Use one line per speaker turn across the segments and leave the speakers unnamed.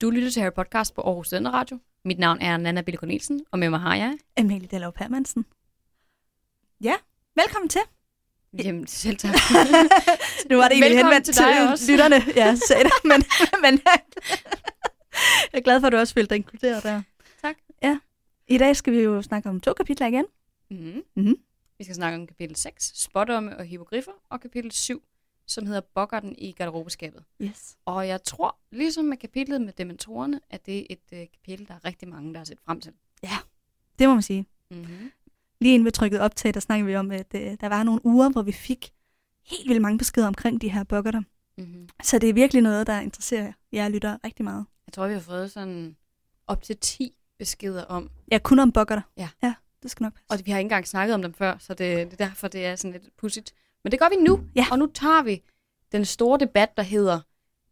Du lytter til Harry Podcast på Aarhus Center Radio. Mit navn er Nana Bille Cornelsen, og med mig har jeg...
Amalie Dallov Hermansen. Ja, velkommen til.
Jamen, selv tak.
Nu var det egentlig
Velkommen
henvendt
til
til,
dig
til
også.
lytterne. Ja, sagde det, men, men jeg er glad for, at du også følte dig inkluderet der.
Tak.
Ja. I dag skal vi jo snakke om to kapitler igen.
mm-hmm.
Mhm.
Vi skal snakke om kapitel 6, spådomme og hypogriffer, og kapitel 7, som hedder Bokkerten i garderobeskabet.
Yes.
Og jeg tror, ligesom med kapitlet med dementorerne, at det er et øh, kapitel, der er rigtig mange, der har set frem til.
Det må man sige.
Mm-hmm.
Lige inden vi trykkede op til, der snakkede vi om, at øh, der var nogle uger, hvor vi fik helt vildt mange beskeder omkring de her bokkerter.
Mm-hmm.
Så det er virkelig noget, der interesserer jer lytter rigtig meget.
Jeg tror, vi har fået sådan op til 10 beskeder om,
Ja, kun om bokkerter.
Ja.
Ja, det skal nok passe.
og vi har ikke engang snakket om dem før, så det, det er derfor, det er sådan lidt pudsigt. Men det gør vi nu,
Ja.
og nu tager vi den store debat, der hedder,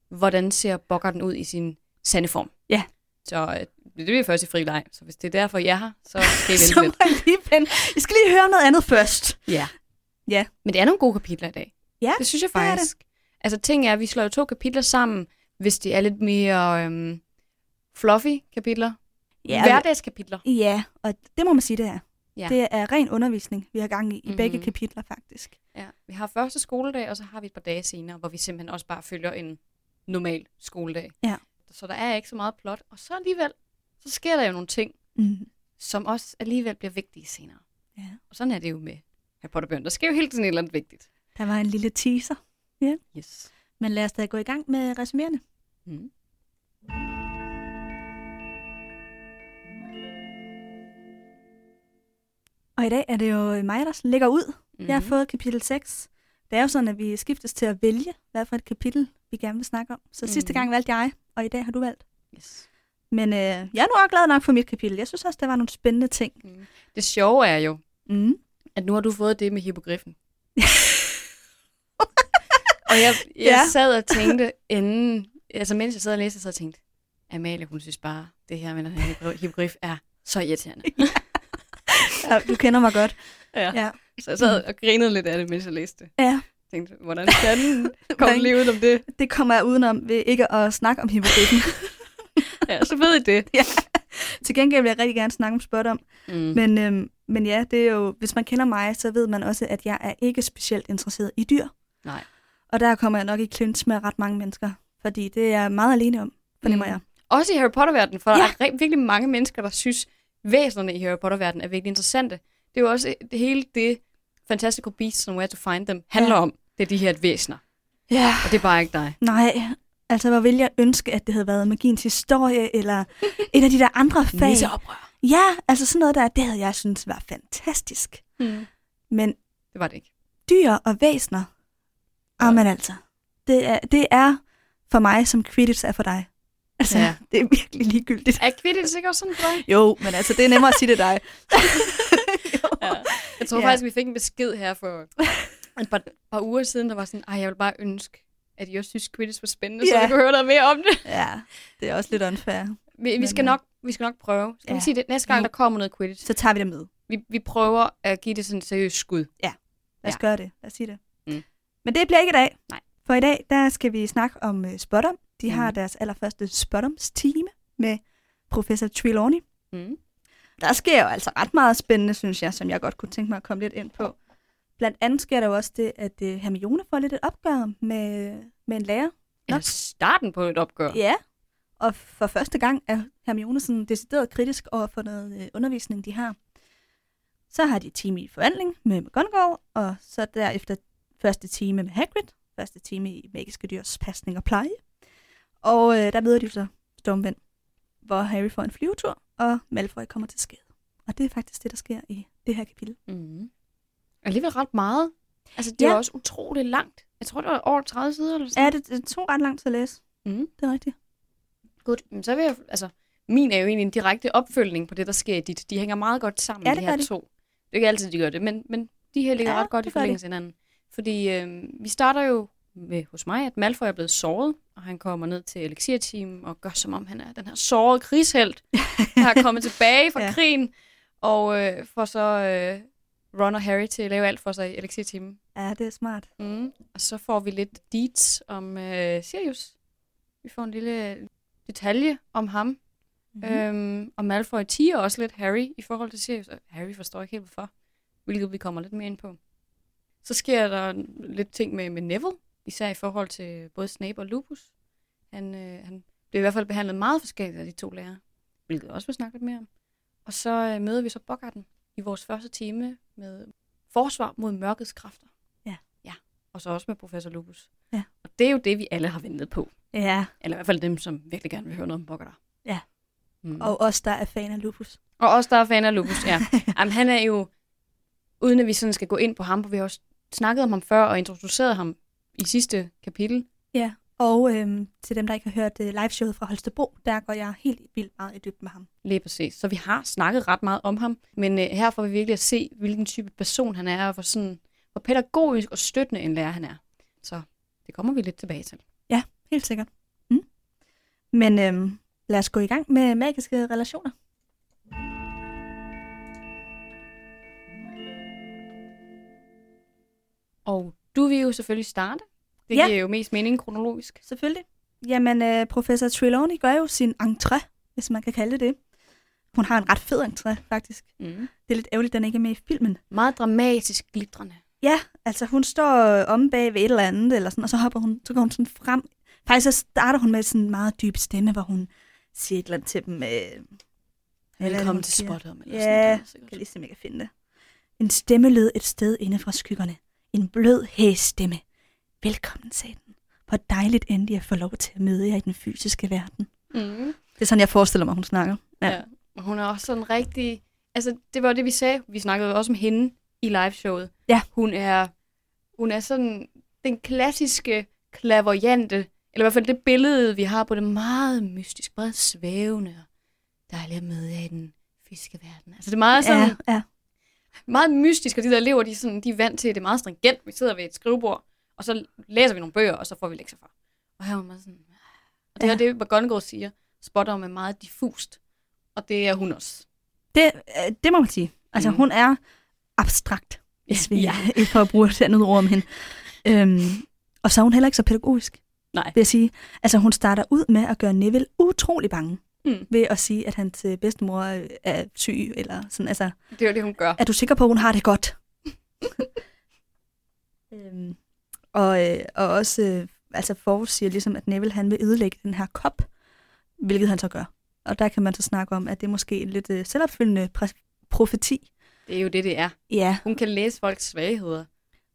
hvordan ser bokkerten ud i sin sande form?
Ja.
Så øh, det er vi først i fri leg, så hvis det er derfor, jeg er her, så skal I
Så
vente lidt.
må I lige vente. I skal lige høre noget andet først.
Ja.
Ja.
Men det er nogle gode kapitler i dag.
Ja,
det synes jeg
det er det.
faktisk. Det Altså, ting er, at vi slår jo to kapitler sammen, hvis de er lidt mere øhm, fluffy kapitler. Ja, Hverdagskapitler.
Ja, og det må man sige, det er.
Ja.
Ja. Det er ren undervisning, vi har gang i, i begge
Mhm.
kapitler faktisk.
Ja, vi har første skoledag, og så har vi et par dage senere, hvor vi simpelthen også bare følger en normal skoledag.
Ja.
Så der er ikke så meget plot. Og så alligevel, så sker der jo nogle ting,
Mm.
som også alligevel bliver vigtige senere.
Ja.
Og sådan er det jo med Harry Potterbøn. Der sker jo hele tiden et eller andet vigtigt.
Der var en lille teaser,
Yes.
men lad os da gå i gang med resumerende.
Mm.
Og i dag er det jo mig, der lægger ud. Mm-hmm.
Mm-hmm.
Jeg har fået kapitel 6. Det er jo sådan, at vi skiftes til at vælge, hvad for et kapitel vi gerne vil snakke om. Så mm-hmm. sidste
Mhm.
gang valgte jeg, og i dag har du valgt.
yes.
Men øh, jeg er nu også glad nok for mit kapitel. Jeg synes også, der var nogle spændende ting.
Det sjove er jo,
Mm.
at nu har du fået det med hippogriffen. og jeg, jeg
Ja.
ja. sad og tænkte inden, altså mens jeg sad og læste, så sad jeg og tænkte, Amalie, hun synes bare, det her med den her hippogri- hippogriff er så irriterende.
Ja, du kender mig godt.
Ja.
Ja.
Så jeg sad og grinede lidt af det, mens jeg læste det.
Ja.
tænkte, hvordan fanden kom
Hvordan-
det lige ud om det?
Det kommer jeg udenom ved ikke at snakke om hippogriffen.
Ja, så ved I det.
Til gengæld vil jeg rigtig gerne snakke om spot om.
Mm.
Men, øhm, men ja, det er jo, hvis man kender mig, så ved man også, at jeg er ikke specielt interesseret i dyr.
Nej.
Og der kommer jeg nok i clinch med ret mange mennesker, fordi det er jeg meget alene om, fornemmer
Mm.
mm. jeg.
Også i Harry Potter-verdenen, for ja. der
Ja.
er re- virkelig mange mennesker, der synes, væsenerne i Harry Potter-verdenen er virkelig interessante. Det er jo også det hele det Fantastical Beasts and Where to Find Them handler ja.
Ja.
om. Det er de her væsener,
Ja.
og det er bare ikke dig.
Nej, altså hvor ville jeg ønske, at det havde været magiens historie, eller et af de der andre fag.
Nisseoprør.
Ja, altså sådan noget der, det havde jeg synes var fantastisk.
Mm.
Men
Det var det ikke.
dyr og væsner, ja. men altså, det er, det er for mig, som Quidditch er for dig. Altså,
Ja.
ja. det er virkelig ligegyldigt.
Er Quidditch ikke også sådan for dig?
Jo, men altså, det er nemmere at sige det dig.
Ja. Jeg tror ja.
Ja.
faktisk, vi fik en besked her for et par, par uger siden, der var sådan, ej, jeg vil bare ønske, at I også synes, Quidditch var spændende, så
Ja.
vi kunne høre noget mere om det.
ja, det er også lidt unfair.
Vi, vi,
Men,
skal,
ja.
nok, vi skal nok prøve. Skal ja. vi
Ja.
sige det? Næste gang,
Jo.
der kommer noget Quidditch,
Så tager vi det med.
vi, vi prøver at give det sådan et seriøst skud.
Lad os
Ja.
ja. gøre det. Lad os sige det.
Mm.
Men det bliver ikke i dag.
Nej.
For i dag, der skal vi snakke om uh, Spottom. De har
Mhm.
deres allerførste Spottoms-time med professor Trelawney.
Mm.
Der sker jo altså ret meget spændende, synes jeg, som jeg godt kunne tænke mig at komme lidt ind på. Blandt andet sker der jo også det, at uh, Hermione får lidt et opgør med, med en lærer.
Eller starten på et opgør.
Ja. Og for første gang er Hermione sådan decideret kritisk over for noget øh, undervisning, de har. Så har de et time i forvandling med McGonagall, og så derefter første time med Hagrid, første time i magiske dyrs pasning og pleje. Og øh, der møder de så Stormvind, hvor Harry får en flyvetur, og Malfoy kommer til skade. Og det er faktisk det, der sker i det her kapitel.
Mm. Alligevel ret meget. Altså, det er
Ja.
jo også utroligt langt. Jeg tror, det var over 30 sider eller sådan
Ja, det, det tog ret langt til at læse.
Mhm.
Det er rigtigt.
Godt. Men så vil jeg, altså, min er jo egentlig en direkte opfølgning på det, der sker i dit. De hænger meget godt sammen,
Ja,
de
det
her
gør de.
to. Det er ikke altid, de gør det, men, men de her ligger
Ja,
ret godt i
det gør de.
forlængelse af hinanden. Fordi øh, vi starter jo med, hos mig, at Malfoy er blevet såret, og han kommer ned til elixirteamen og gør, som om han er den her sårede krigshelt, der er kommet tilbage fra ja.
Ja.
krigen, og øh, får så øh, Ron og Harry til at lave alt for sig i elixirteamen.
Ja, det er smart.
Mm. Og så får vi lidt deeds om øh, Sirius. Vi får en lille detalje om ham.
Mhm.
Mm-hmm. Øhm, og Malfoy tiger også lidt Harry i forhold til Sirius. og Harry forstår ikke helt hvorfor, hvilket vi kommer lidt mere ind på. Så sker der lidt ting med, med Neville, især i forhold til både Snape og Lupus. Han, øh, han blev i hvert fald behandlet meget forskelligt af de to lærere, hvilket jeg også vil snakke lidt mere om. Og så øh, møder vi så Bogarten i vores første time med forsvar mod mørkets kræfter.
Ja.
Ja, og så også med professor Lupus.
Ja.
Og det er jo det, vi alle har ventet på.
Ja,
Eller i hvert fald dem, som virkelig gerne vil høre noget om Bogart.
Ja.
Mm. Og,
og os, der er fan af lupus.
og også der er fan af Lupus, ja. Jamen, han er jo, uden at vi sådan skal gå ind på ham, for vi har også snakket om ham før og introduceret ham i sidste kapitel.
Ja, og øhm, til dem, der ikke har hørt øh, liveshowet fra Holstebro, der går jeg helt vildt meget i dybden med ham.
Lige præcis. Så vi har snakket ret meget om ham, men øh, her får vi virkelig at se, hvilken type person han er, og hvor, sådan, hvor pædagogisk og støttende en lærer han er. Så det kommer vi lidt tilbage til.
Helt sikkert. Mm. Men øhm, lad os gå i gang med magiske relationer.
Og du vil jo selvfølgelig starte. Det
Ja.
giver jo mest mening kronologisk.
Selvfølgelig. Jamen, øh, professor Trelawney gør jo sin entré, hvis man kan kalde det det. Hun har en ret fed entré, faktisk.
Mm.
Det er lidt ærgerligt, at den ikke er med i filmen.
Meget dramatisk glitrende.
Ja, altså hun står øh, omme bag ved et eller andet, eller sådan, og så hopper hun, så går hun sådan frem. Faktisk så starter hun med sådan en meget dyb stemme, hvor hun siger et eller andet til dem. Øh,
Velkommen til spottet.
Ja, Jeg kan lige se, om jeg kan finde det. En stemme lød et sted inde fra skyggerne. En blød hæsstemme. Velkommen, sagde den. Hvor dejligt endelig at få lov til at møde jer i den fysiske verden.
Mm.
Det er sådan, jeg forestiller mig, hun snakker. Ja.
Ja. ja. Og Hun er også sådan rigtig... Altså, det var det, vi sagde. Vi snakkede jo også om hende i liveshowet.
Ja.
Hun er, hun er sådan den klassiske klaverjante, eller i hvert fald det billede, vi har på det meget mystiske, meget svævende og dejligt at møde af i den fiskeverden. Altså, det er meget, sådan, ja.
ja, ja.
meget mystisk, og de der elever, de er, sådan, de er vant til, at det er meget stringent. Vi sidder ved et skrivebord, og så læser vi nogle bøger, og så får vi lektier fra. Og her er hun meget sådan... Og det
Ja.
ja. er det, McGonagall siger. Spotter med meget diffust. Og det er hun også.
Det, øh, det må man sige. Altså, mm.
Mhm.
hun er abstrakt, hvis vi ja.
Ja.
ikke for at bruge et andet ord om hende. Øhm, og så er hun heller ikke så pædagogisk,
Nej.
vil jeg sige. Altså, hun starter ud med at gøre Neville utrolig bange.
Mm.
Ved at sige, at hans øh, bedstemor øh, er syg, eller sådan, altså...
Det er jo det, hun gør.
er du sikker på, at hun har det godt? øhm, og, øh, og også, øh, altså forudsiger ligesom, at Neville han vil ødelægge den her kop, hvilket han så gør. Og der kan man så snakke om, at det er måske en lidt øh, selvopfyldende præ- profeti.
Det er jo det, det er.
Ja.
Hun kan læse folks svagheder.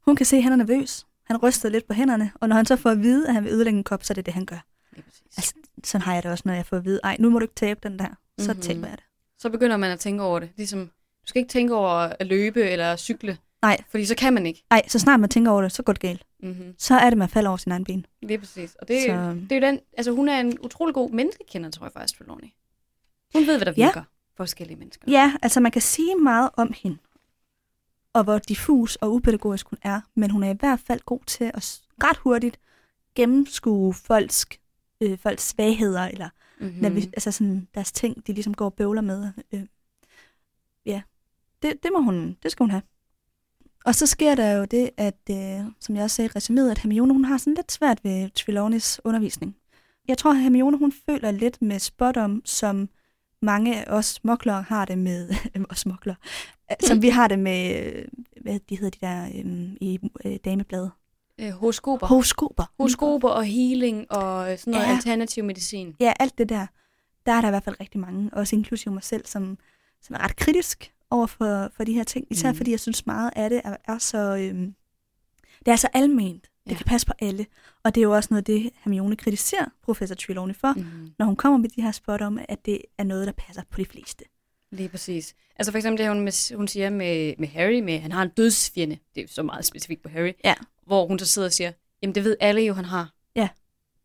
Hun kan se, at han er nervøs. Han ryster lidt på hænderne, og når han så får at vide, at han vil ødelægge en kop, så er det det, han gør.
Lige præcis.
Altså, sådan har jeg det også, når jeg får at vide, ej, nu må du ikke tabe den der. Så
Mhm.
mm-hmm. taber jeg det.
Så begynder man at tænke over det. Ligesom, du skal ikke tænke over at løbe eller cykle.
Nej.
Fordi så kan man ikke.
Ej, så snart man tænker over det, så går det galt.
Mm-hmm.
Så er det, man falder over sin egen ben.
Lige præcis. Og det,
Så-
så... det er jo den, altså hun er en utrolig god menneskekender, tror jeg faktisk, Trelawney. Hun ved, hvad der
Ja.
virker for forskellige mennesker.
Ja, altså man kan sige meget om hende, og hvor diffus og upædagogisk hun er, men hun er i hvert fald god til at s- ret hurtigt gennemskue folks, øh, folks svagheder, eller
Mm-hmm.
mm. altså sådan deres ting, de ligesom går og bøvler med. Øh. Ja, det, det må hun, det skal hun have. Og så sker der jo det, at, øh, som jeg også sagde i resuméet, at Hermione hun har sådan lidt svært ved Trelawneys undervisning. Jeg tror, at Hermione hun føler lidt med spottom, som mange af os smoklere har det med, os smoklere, som vi har det med, øh, hvad de hedder de der øh, i øh, damebladet?
Øh, horoskoper.
Horoskoper.
Horoskoper og healing og øh, sådan noget
Ja.
ja. alternativ medicin.
ja, alt det der, der er der i hvert fald rigtig mange, også inklusive mig selv, som, som er ret kritisk over for, for de her ting. Især mm.
Mhm.
fordi jeg synes meget af det er, er så... Øhm, det er så alment. Det
Ja.
kan passe på alle. Og det er jo også noget af det, Hermione kritiserer professor Trelawney for, mm.
Mm-hmm.
når hun kommer med de her spot om, at det er noget, der passer på de fleste.
Lige præcis. Altså for eksempel det, hun, med, hun siger med, med Harry, med, han har en dødsfjende. Det er jo så meget specifikt på Harry.
Ja.
Hvor hun så sidder og siger, jamen det ved alle jo, han har.
Ja.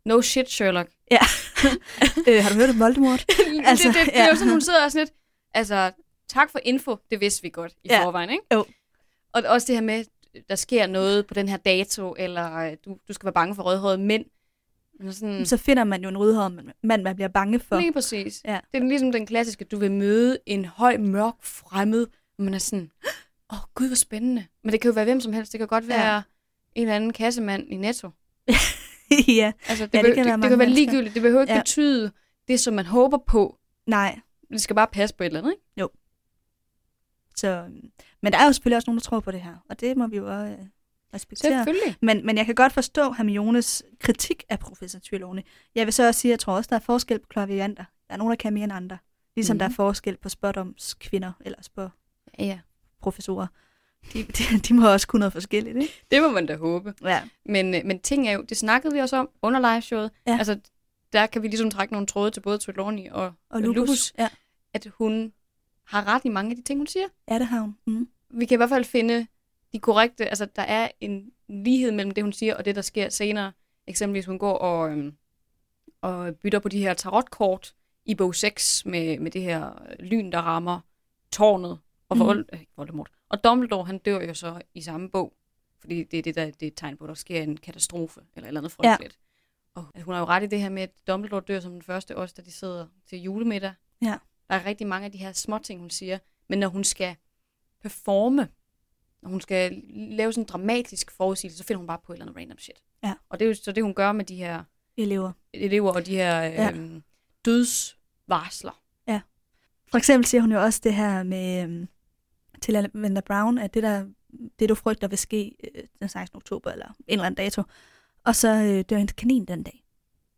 No shit, Sherlock.
øh, har du hørt om Voldemort? Altså,
altså, det, det, det, det er
ja.
jo sådan, hun sidder også lidt, altså tak for info, det vidste vi godt i
Ja.
ja. forvejen, ikke?
Jo.
Og også det her med, der sker noget på den her dato, eller øh, du, du skal være bange for rødhårede mænd. Men sådan,
Mm. Så finder man jo en rødhåret mand- mand, man bliver bange for.
Lige præcis.
Ja.
Ja. Det er ligesom den klassiske, du vil møde en høj, mørk fremmed, og man er sådan, åh oh, gud, hvor spændende. Men det kan jo være hvem som helst. Det kan godt
Ja.
være ja. en eller anden kassemand i Netto.
ja,
Altså, det,
Ja,
behøver-
det kan være
det,
mange
det kan være
mennesker.
ligegyldigt. Det behøver ikke
Ja.
ja. betyde, det, som man håber på.
Nej.
Det skal bare passe på et eller andet, ikke?
Så, øhm, men der er jo selvfølgelig også nogen, der tror på det her, og det må vi jo også øh, respektere.
Selvfølgelig.
Men, men jeg kan godt forstå Hermiones kritik af professor Trelawney. Jeg vil så også sige, at jeg tror også, der er forskel på klavianter. Der er nogen, der kan mere end andre. Ligesom mm.
Mhm.
der er forskel på spådomskvinder, eller
Ja.
spåprofessorer. De, de, de må også kunne noget forskelligt, ikke?
Det må man da håbe.
Ja.
Men, øh, men ting er jo, det snakkede vi også om under liveshowet.
Ja.
Altså, der kan vi ligesom trække nogle tråde til både Trelawney og,
Og Lupus.
Lupus.
Ja.
at hun har ret i mange af de ting, hun siger.
ja, det har hun. Mm.
Vi kan i hvert fald finde de korrekte, altså der er en lighed mellem det, hun siger, og det, der sker senere. Eksempelvis, hun går og, øhm, og bytter på de her tarotkort i bog 6 med, med det her øh, lyn, der rammer tårnet. Og,
Mhm.
Vol- øh, ikke Voldemort. og Dumbledore, han dør jo så i samme bog, fordi det er det, der det er et tegn på, at der sker en katastrofe eller et eller andet frygteligt. Ja. Og altså, hun har jo ret i det her med, at Dumbledore dør som den første, også da de sidder til julemiddag.
Ja.
Der er rigtig mange af de her små ting, hun siger, men når hun skal performe, når hun skal lave sådan en dramatisk forudsigelse, så finder hun bare på et eller andet random shit.
Ja.
Og det er jo så det, hun gør med de her
Elever.
elever og de her øh,
Ja.
dødsvarsler.
For eksempel siger hun jo også det her med øhm, til Lavender Brown, at det, der, det du frygter vil ske øh, den 16. oktober eller en eller anden dato, og så øh, dør hendes kanin den dag.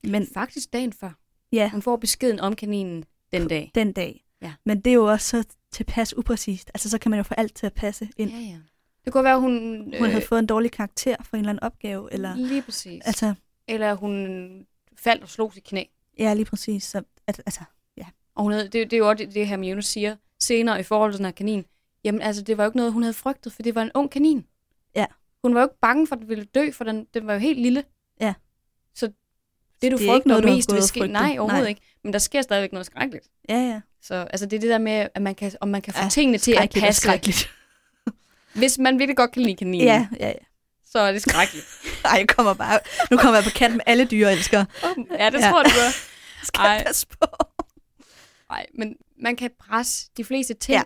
Men
Faktisk dagen før.
ja,
Hun får beskeden om kaninen den dag.
den dag.
Ja.
Men det er jo også så tilpas upræcist. Altså, så kan man jo få alt til at passe ind.
Ja, ja. Det kunne være, hun... øh,
Hun havde fået en dårlig karakter for en eller anden opgave, eller...
Lige præcis. Altså,
Altså,
eller hun faldt og slog sit knæ.
ja, lige præcis. Så, at, altså,
Og hun havde, det, det er jo også det, det Hermione siger senere i forhold til den her kanin. Jamen altså, det var jo ikke noget, hun havde frygtet, for det var en ung kanin.
Ja.
Hun var jo ikke bange for, at den ville dø, for den, den var jo helt lille.
Ja.
Så det, du
det er
det frygter
ikke noget, du har
mest,
gået
vil
og
ske.
frygtet.
Nej, overhovedet
Nej.
ikke. Men der sker stadigvæk noget skrækkeligt.
ja, ja.
Så altså, det er det der med, at man kan, om man kan få
Ja,
ja, tingene til at
Skrækkeligt og
passe.
skrækkeligt.
Hvis man virkelig godt kan lide kaninen,
Ja, ja, ja.
så er det skrækkeligt.
Ej, jeg kommer bare... Nu kommer jeg på kant med alle dyre, elsker.
Åh, ja, det
Ja.
tror jeg, du gør.
Skal jeg
Ej.
passe på?
Nej, men man kan presse de fleste ting
Ja.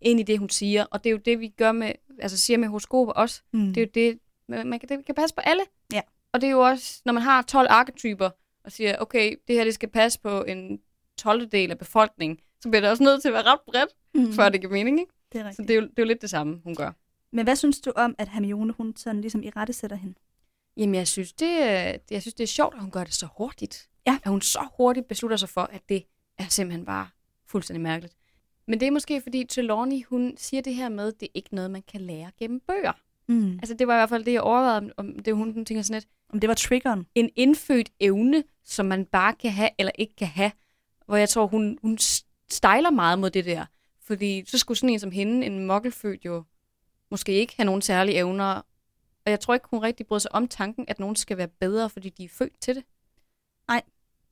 ja. ind i det, hun siger. Og det er jo det, vi gør med, altså siger med horoskoper også.
Mm.
Det er jo det, man man kan, det kan passe på alle.
Ja.
Og det er jo også, når man har 12 arketyper, og siger, okay, det her det skal passe på en 12. del af befolkningen, så bliver det også nødt til at være ret bredt, mm. før det giver mening. Ikke?
det er
Så
rigtigt.
det er, jo, det er jo lidt det samme, hun gør.
Men hvad synes du om, at Hermione, hun sådan ligesom i rette sætter hende?
Jamen, jeg synes, det, øh, jeg synes, det er sjovt, at hun gør det så hurtigt.
Ja.
At hun så hurtigt beslutter sig for, at det er simpelthen bare fuldstændig mærkeligt. Men det er måske, fordi Trelawney, hun siger det her med, at det er ikke noget, man kan lære gennem bøger.
Mm.
Altså, det var i hvert fald det, jeg overvejede, om, om det hun, hun tænker sådan lidt,
Om det var triggeren?
en indfødt evne, som man bare kan have eller ikke kan have. Hvor jeg tror, hun, hun stejler meget mod det der. Fordi så skulle sådan en som hende, en mokkelfødt jo, måske ikke have nogen særlige evner. Og jeg tror ikke, hun rigtig bryder sig om tanken, at nogen skal være bedre, fordi de er født til det.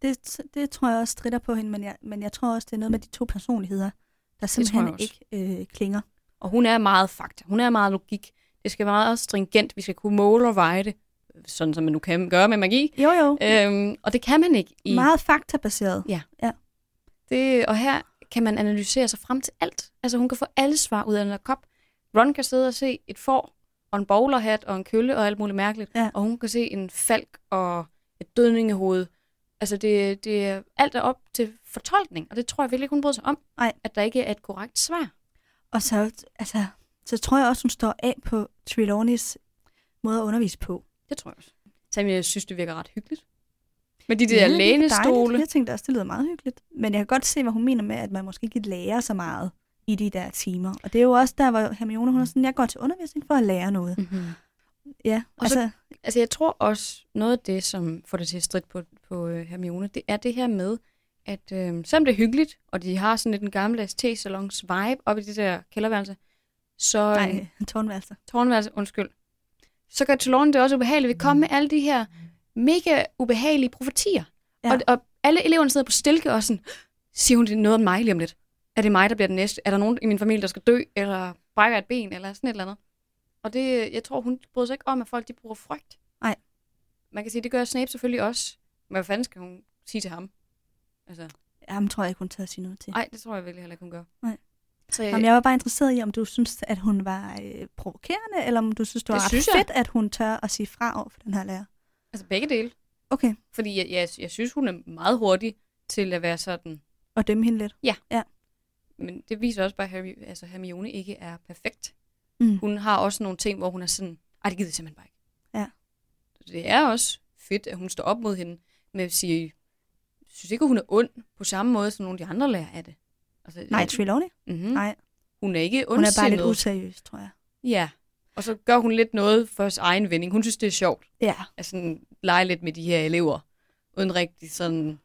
Det, det tror jeg også strider på hende, men jeg, men jeg tror også, det er noget med de to personligheder, der
tror jeg
simpelthen
også.
ikke øh, klinger.
Og hun er meget fakta. Hun er meget logik. Det skal være meget stringent. Vi skal kunne måle og veje det. Sådan som man nu kan gøre med magi.
Jo, jo.
Øhm, og det kan man ikke. I,
Meget faktabaseret.
Det, og her kan man analysere sig frem til alt. Altså hun kan få alle svar ud af den her kop. Ron kan sidde og se et får, og en bowlerhat, og en kølle, og alt muligt mærkeligt.
Ja.
Og hun kan se en falk og et dødningehoved. Altså det, det, er- alt er op til fortolkning, og det tror jeg virkelig ikke, hun bryder sig om.
Nej.
At der ikke er et korrekt svar.
Og så, altså, så tror jeg også, hun står af på Trelawneys måde at undervise på.
Det tror jeg også. Selvom jeg synes, det virker ret hyggeligt. Med de
Ja,
der
det er dejligt.
lænestole.
Jeg tænkte også, det lyder meget hyggeligt. Men jeg kan godt se, hvad hun mener med, at man måske ikke lærer så meget i de der timer. Og det er jo også der, hvor Hermione, hun er sådan, jeg går til undervisning for at lære noget.
Mm-hmm.
Ja, og
Og
altså,
så-
så,
Altså, jeg tror også, noget af det, som får det til at stride på, på øh, Hermione, det er det her med, at øh, selvom det er hyggeligt, og de har sådan lidt en gammeldags T-salons vibe oppe i det der kælderværelse, så... øh,
nej, tårnværelser.
Tårnværelse, undskyld. Så gør Trelawney det også ubehageligt. Vi kommer med alle de her mega ubehagelige profetier.
Ja.
Ja. Og, og alle eleverne sidder på stilke og sådan, siger hun det er noget om mig lige om lidt? Er det mig, der bliver den næste? Er der nogen i min familie, der skal dø? Eller brækker et ben? Eller sådan et eller andet. Og det, jeg tror, hun bryder sig ikke om, at folk de bruger frygt.
Nej.
Man kan sige, det gør Snape selvfølgelig også. Men hvad fanden skal hun sige til ham? Altså,
Jamen, tror jeg ikke, hun tager at sige noget til.
nej, det tror jeg virkelig heller ikke, hun gør.
Nej.
Så, øh,
Jamen, jeg var bare interesseret i, om du synes, at hun var øh, provokerende, eller om du synes, det var
Det
ret
synes jeg.
fedt, at hun tør at sige fra over for den her lærer.
altså begge dele.
Okay,
Fordi jeg, jeg, jeg synes, hun er meget hurtig til at være sådan.
Og dømme hende lidt.
Men det viser også bare, at Harry, altså Hermione ikke er perfekt.
Mm.
Hun har også nogle ting, hvor hun er sådan, ej, det gider jeg simpelthen bare ikke.
Ja.
Det er også fedt, at hun står op mod hende med at sige, jeg synes ikke, at hun er ond på samme måde, som nogle af de andre lærer af det. Altså,
Nej, Trelawney.
mm-hmm.
nej.
Hun er ikke
Hun er bare lidt
ondsindet.
useriøs, tror jeg.
Ja, og så gør hun lidt noget for sin egen vinding. Hun synes, det er sjovt
Ja.
at sådan lege lidt med de her elever, uden rigtig sådan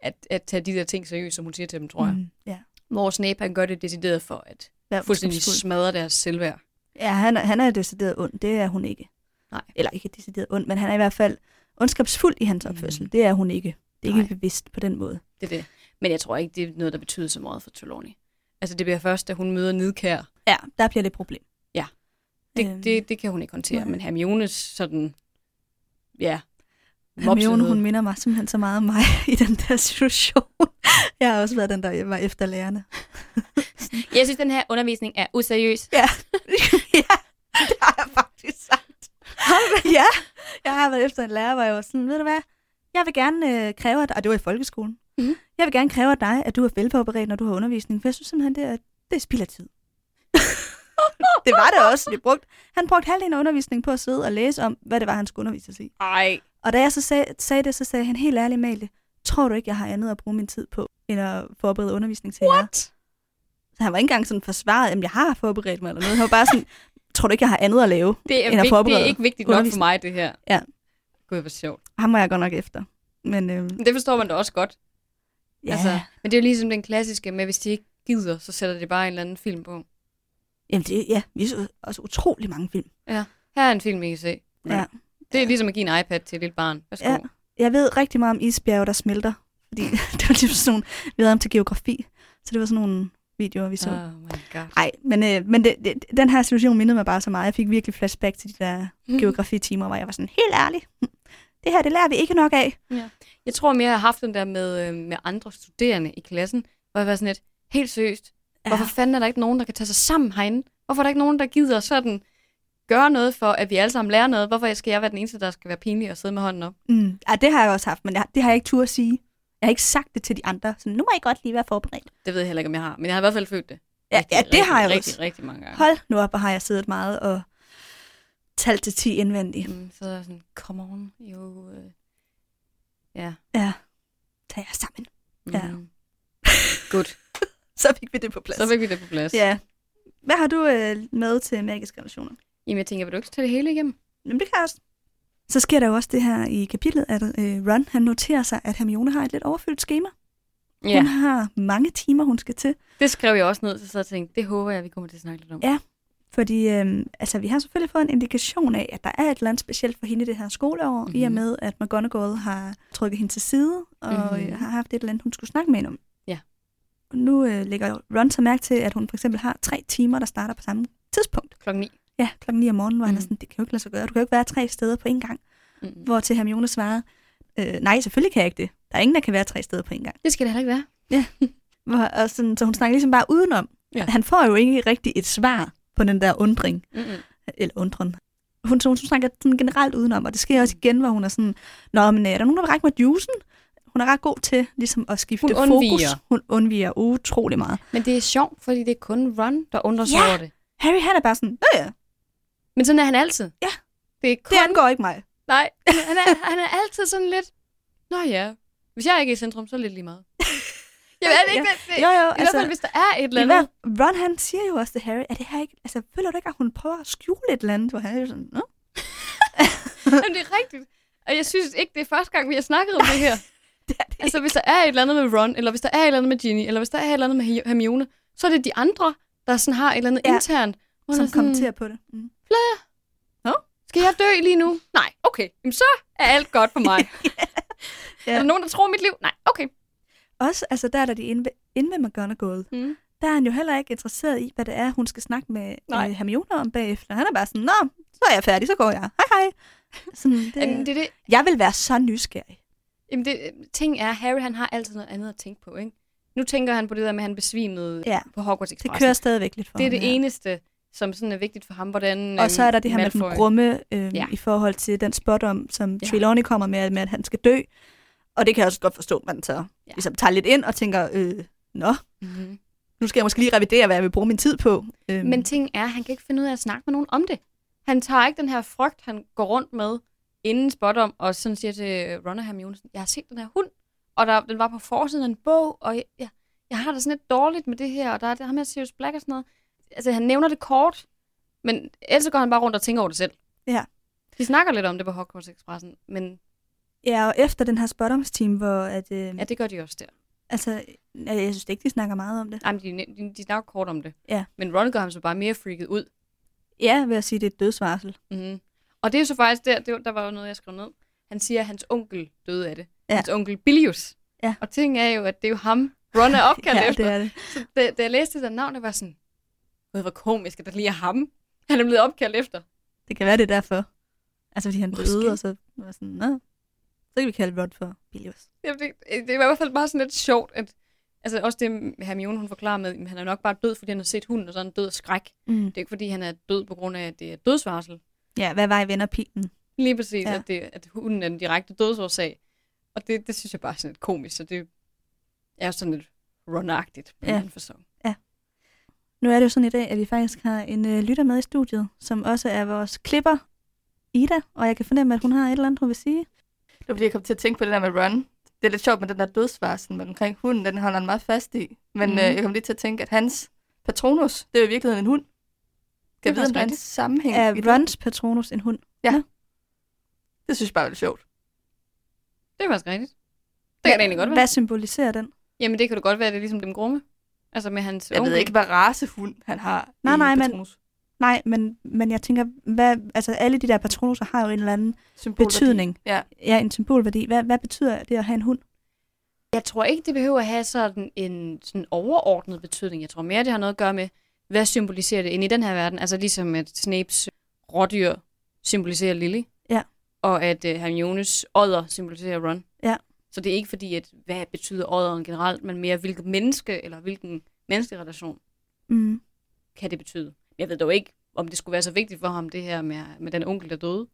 at, at tage de der ting seriøst, som hun siger til dem, tror mm. jeg.
Mm. Ja.
Hvor Snape, han gør det decideret for at
Vær
fuldstændig
ondskabsfuld.
smadre deres selvværd.
Ja, han er, han er decideret ond. Det er hun ikke.
Nej.
Eller ikke decideret ond, men han er i hvert fald ondskabsfuld i hans opførsel. Mm. Det er hun ikke. Det er ikke bevidst på den måde.
Det er det. Men jeg tror ikke, det er noget, der betyder så meget for Trelawney. Altså, det bliver først, da hun møder Nidkær.
Ja, der bliver det et problem.
Ja. Det,
Øhm,
øhm, det, det kan hun ikke håndtere.
nej.
Men Hermiones sådan... Ja.
Hermione,
mopsenhed.
hun minder mig simpelthen så meget om mig i den der situation. Jeg har også været den, der var efter lærerne.
Jeg synes, den her undervisning er useriøs.
ja, det har jeg faktisk sagt. ja, jeg har været efter en lærer, hvor jeg var sådan, ved du hvad, jeg vil gerne øh, kræve, at, og det var i folkeskolen,
Mhm.
jeg vil gerne kræve af dig, at du er velforberedt, når du har undervisning, for jeg synes simpelthen, det er, det er spild af tid. det var det også. Det brugt, han brugte halvdelen af undervisningen på at sidde og læse om, hvad det var, han skulle undervises i.
Ej.
Og da jeg så sag, sagde det, så sagde han helt ærligt, Malte, tror du ikke, jeg har andet at bruge min tid på, end at forberede undervisning til jer?
What?
Så han var ikke engang sådan forsvaret, at jeg har forberedt mig eller noget. Han var bare sådan, tror du ikke, jeg har andet at lave?
Det er,
end
vigt,
at
det er
forberede
ikke vigtigt nok for
undervisning.
mig, det her.
Ja.
Gud, hvor sjovt.
Ham var jeg godt nok efter. Men øhm,
Men det forstår man da også godt.
ja, altså,
Altså, men det er jo ligesom den klassiske med, hvis de ikke gider, så sætter de bare en eller anden film på.
jamen det, ja, vi så også utrolig mange film.
Her er en film, I kan se.
Ja.
Det er ligesom at give en iPad til et lille barn. Værsgo.
Ja.
Ja.
Jeg ved rigtig meget om isbjerge, der smelter. Fordi det var ligesom sådan nogle, vi havde om til geografi. Så det var sådan nogle videoer, vi så.
Oh my god.
Nej, men, øh, men det, det, den her situation mindede mig bare så meget. Jeg fik virkelig flashback til de der
Mm.
geografitimer, hvor jeg var sådan, helt ærlig, det her, det lærer vi ikke nok af.
Jeg tror mere, jeg har haft den der med, øh, med andre studerende i klassen, hvor jeg var sådan lidt, helt seriøst, ja. hvorfor fanden er der ikke nogen, der kan tage sig sammen herinde? Hvorfor er der ikke nogen, der gider sådan gøre noget for, at vi alle sammen lærer noget? Hvorfor skal jeg være den eneste, der skal være pinlig og sidde med hånden op?
Mm. Ja, det har jeg også haft, men jeg, det har jeg ikke tur at sige. Jeg har ikke sagt det til de andre. Så nu må I godt lige være forberedt.
Det ved jeg heller ikke, om jeg har, men jeg har i hvert fald følt det.
Ja, ja det har jeg
rigtig,
også.
Rigtig, rigtig mange gange.
Hold nu op, og har jeg siddet meget og talt til 10 indvendigt.
Mm, så er jeg sådan, come on, jo. øh, Ja.
Ja, tag jer sammen. Ja.
Mm. Godt.
Så fik vi det på plads.
Så fik vi det på plads.
Ja. Hvad har du øh, med til magiske relationer?
Jamen, jeg tænker, vil du ikke tage det hele igennem?
Jamen, det kan jeg også. Så sker der jo også det her i kapitlet, at øh, Ron han noterer sig, at Hermione har et lidt overfyldt schema. Hun har mange timer, hun skal til.
Det skrev jeg også ned, så så jeg tænkte, det håber jeg, vi kommer til at snakke lidt om.
Ja. Fordi øh, altså, vi har selvfølgelig fået en indikation af, at der er et eller andet specielt for hende i det her skoleår, mm-hmm. i og
Mhm.
med, at McGonagall har trykket hende til side, og
Mhm.
mm-hmm. har haft et eller andet, hun skulle snakke med hende om.
Ja.
Og nu øh, lægger Ron så mærke til, at hun for eksempel har tre timer, der starter på samme tidspunkt.
Klokken 9.
Ja, klokken 9 om morgenen, hvor mm. han er
Mhm.
sådan, det kan jo ikke lade sig gøre, du kan jo ikke være tre steder på én gang.
Mm.
Hvor til Hermione svarer, øh, nej, selvfølgelig kan jeg ikke det. Der er ingen, der kan være tre steder på én gang.
Det skal det heller ikke være.
Hvor, og sådan, så hun snakker ligesom bare udenom.
Ja.
Han får jo ikke rigtig et svar på den der undring
Mm-mm.
eller undren. Hun, hun, hun snakker sådan generelt udenom, og det sker også igen, hvor hun er sådan, Nå, men øh, er der nogen, der vil række mig juicen? Hun er ret god til ligesom at skifte
Hun
fokus.
undviger.
Hun undviger utrolig meget.
Men det er sjovt, fordi det er kun Ron, der undrer sig
Ja.
over det.
Harry, han er bare sådan, "Nå ja,
Men sådan er han altid.
Ja.
Det er kun...
det angår ikke mig.
Nej, han er, han er altid sådan lidt... Nå ja, hvis jeg ikke er i centrum, så er det lidt lige meget. altså, Jamen, er det ikke det? det?
Jo, jo,
I hvert fald, hvis der er et eller
altså, i
andet.
hvert, Ron, han siger jo også til Harry, at det her ikke, altså, føler du ikke, at hun prøver at skjule et eller andet? Hvor han er jo sådan, Nå?
Jamen, det er rigtigt. Og jeg synes ikke, det er første gang, vi har snakket om det her.
Det er det.
Altså, hvis der er et eller andet med Ron, eller hvis der er et eller andet med Ginny, eller hvis der er et eller andet med He- Hermione, så er det de andre, der sådan har et eller andet
Ja,
ja. internt. hvor
Som
der sådan,
kommenterer på det. Mm.
Skal jeg dø lige nu? Nej, okay. Jamen, så er alt godt for mig.
Ja.
ja. Er der nogen, der tror mit liv? Nej, okay.
Også, altså, der er der de inde ved, inde ved McGonagall.
Mm.
der er han jo heller ikke interesseret i, hvad det er, hun skal snakke med
Nej.
øh, Hermione om bagefter. Han er bare sådan, nå, så er jeg færdig, så går jeg. Hej hej. Sådan, det,
Jamen, det, er det,
Jeg vil være så nysgerrig.
jamen, det, ting er, Harry han har altid noget andet at tænke på, ikke? Nu tænker han på det der med, at han besvimede
Ja.
ja. på Hogwarts
Det
Express.
kører stadig lidt for
det er
ham.
det
ja.
eneste, som sådan er vigtigt for ham, hvordan... øh,
Og så er der det her med den
Malfoy-
grumme øh, ja.
Ja.
i forhold til den spot om, som ja.
Ja.
Trelawney kommer med, med, at han skal dø. Og det kan jeg også godt forstå, man så
Ja.
ja. ligesom tager lidt ind og tænker, øh, nå,
Mm-hmm.
nu skal jeg måske lige revidere, hvad jeg vil bruge min tid på. Øhm,
Men ting er, han kan ikke finde ud af at snakke med nogen om det. Han tager ikke den her frygt, han går rundt med inden spot om, og sådan siger til Ron og Hermione, sådan, jeg har set den her hund, og der, den var på forsiden af en bog, og jeg, jeg, jeg har det sådan lidt dårligt med det her, og der er det ham her Sirius Black og sådan noget. Altså, han nævner det kort, men ellers så går han bare rundt og tænker over det selv.
Ja.
De snakker lidt om det på Hogwarts Expressen, men
Ja, og efter den her spotdomsteam, hvor at, øh,
ja,
at...
det gør de også der.
altså, jeg, jeg synes ikke, de snakker meget om det.
Ej, men de, næ- de, de snakker kort om det.
Ja.
Men Ron gør ham så bare mere freaket ud,
Ja, vil jeg sige, det er et dødsvarsel.
Mm-hmm. Og det er jo så faktisk der, det, var- der var jo noget, jeg skrev ned. Han siger, at hans onkel døde af det.
Ja.
Hans onkel Bilius.
Ja.
Og ting er jo, at det er jo ham, Ron er opkaldt
ja,
efter.
det er det.
Så da, da jeg læste det der navn, det var sådan, Gud, hvor komisk, at der lige er ham. Han er blevet opkaldt efter.
Det kan være, det er derfor. Altså, fordi han
Måske.
døde, og så var sådan, nå, så kan vi kalde Rod for Bilius.
Jamen, det, det var i hvert fald bare sådan lidt sjovt, at altså også det, Hermione hun forklarer med, at han er nok bare død, fordi han har set hunden, og så er han død af skræk. Det
Mm.
er ikke, fordi han er død på grund af, at det er dødsvarsel.
Ja, hvad var i vennerpilen?
Lige præcis, ja.
Ja.
at, det, at hunden er den direkte dødsårsag. Og det, det synes jeg bare er sådan lidt komisk, så det er sådan lidt runagtigt på
Ja.
ja. en fasong.
Nu er det jo sådan i dag, at vi faktisk har en øh, lytter med i studiet, som også er vores klipper, Ida, og jeg kan fornemme, at hun har et eller andet, hun vil sige.
Det var fordi, jeg kom til at tænke på det der med Ron. Det er lidt sjovt med den der dødsvarsel men omkring hunden, den holder han meget fast i. Men
Mhm.
mm. øh, jeg kom lige til at tænke, at hans patronus, det er jo i virkeligheden en hund. Kan
Det
jeg
er
vide, om der er en
faktisk
sammenhæng
Er
i det?
Rons Patronus en hund?
Det synes jeg bare er lidt sjovt.
Det er faktisk rigtigt. Det kan det egentlig godt være.
Hvad symboliserer den?
Jamen, det kan det godt være, at det er ligesom dem grumme. Altså med hans
Jeg
onkel.
ved ikke, hvad race hund han har
Nej,
i
nej, men-
patronus.
Nej, men, men jeg tænker, hvad, altså alle de der patronuser har jo en eller anden,
Symbolværdi.
Betydning.
Ja,
ja, en symbolværdi. Hvad, hvad betyder det at have en hund?
Jeg tror ikke, det behøver at have sådan en sådan overordnet betydning. Jeg tror mere, det har noget at gøre med, hvad symboliserer det ind i den her verden? Altså ligesom at Snapes rådyr symboliserer Lily.
Ja.
Og at uh, Hermiones ådder symboliserer Ron.
Ja.
Så det er ikke fordi, at hvad betyder ådderen generelt, men mere hvilket menneske eller hvilken menneskelig relation
Mm.
kan det betyde. Jeg ved dog ikke, om det skulle være så vigtigt for ham, det her med, med den onkel, der døde.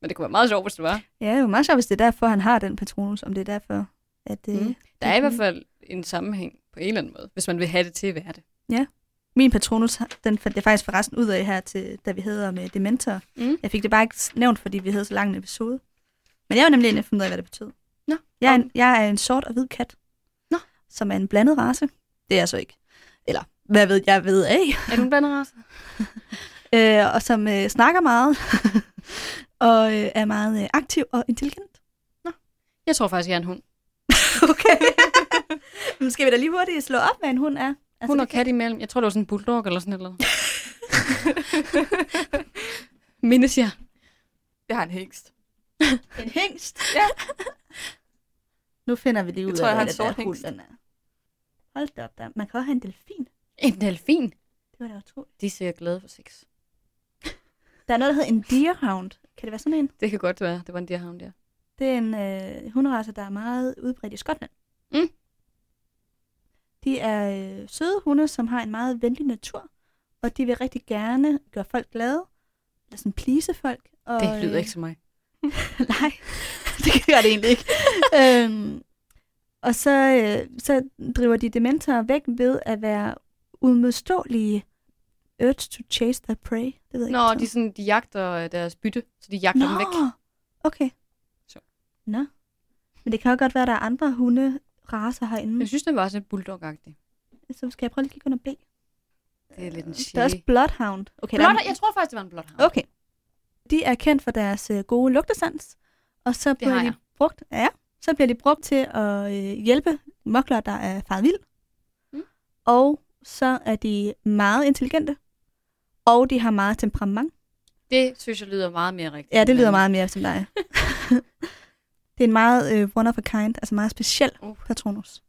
Men det kunne være meget sjovt, hvis det var.
Ja, det er jo meget sjovt, hvis det er derfor, han har den patronus, om det er derfor, at... Øh,
Mm.
mm.
Der er i hvert fald en sammenhæng på en eller anden måde, hvis man vil have det til at være det.
Min patronus, den fandt jeg faktisk forresten ud af her, til, da vi havde med Dementor.
Mm.
Jeg fik det bare ikke s- nævnt, fordi vi havde så lang en episode. Men jeg var nemlig inde og finde ud af, hvad det betød.
Nå.
Jeg, er en, jeg er en sort og hvid kat,
Nå.
som er en blandet race. Det er jeg så ikke. Eller, hvad ved jeg ved af?
Er du en blandet race?
øh, og som øh, snakker meget, og øh, er meget øh, aktiv og intelligent.
Jeg tror faktisk, jeg er en hund.
Okay. Men skal vi da lige hurtigt slå op, hvad en hund er?
Altså, hund og
det kan-
kat imellem. Jeg tror, det var sådan en bulldog eller sådan noget. Mindes jeg.
jeg har en hængst.
En hængst. ja. Nu finder vi lige ud
tror,
af,
jeg
hvad
har en
det
sort
der hund
hængst.
den er. Hold da op, der. man kan også have en delfin.
En delfin.
Det var da utroligt.
De ser glade for sex.
Der er noget, der hedder en deerhound. Kan det være sådan en?
Det kan godt være. Det var en derhavn der.
Det er en øh, hunderace, der er meget udbredt i Skotland.
Mm.
De er øh, søde hunde, som har en meget venlig natur, og de vil rigtig gerne gøre folk glade, eller sådan please folk. Og,
Det lyder
øh,
ikke som mig.
Nej, det gør det egentlig ikke. øhm, og så, øh, så driver de dementorer væk ved at være udmodståelige. Urge to chase their prey. Det ved jeg
Nå,
ikke.
de, er sådan, de jagter øh, deres bytte, så de jagter dem væk.
okay.
Så.
Nå. Men det kan jo godt være, at der er andre hunderaser herinde.
Jeg synes, det var sådan lidt bulldog -agtig.
Så skal jeg prøve lige at kigge under B.
Det er lidt en
Der er også
chili.
Bloodhound. Okay, der er en-
Blot, jeg tror faktisk, det var en blot havn.
Okay. De er kendt for deres øh, gode lugtesans, og så bliver
har
de
jeg.
brugt, ja, så bliver de brugt til at øh, hjælpe mokler, der er faret vild.
Mm.
Mm. Og så er de meget intelligente, og de har meget temperament.
Det synes jeg lyder meget mere rigtigt.
Ja, det lyder
end-
meget mere som dig. det er en meget øh, one of a kind, altså meget speciel
Uh.
uh. patronus.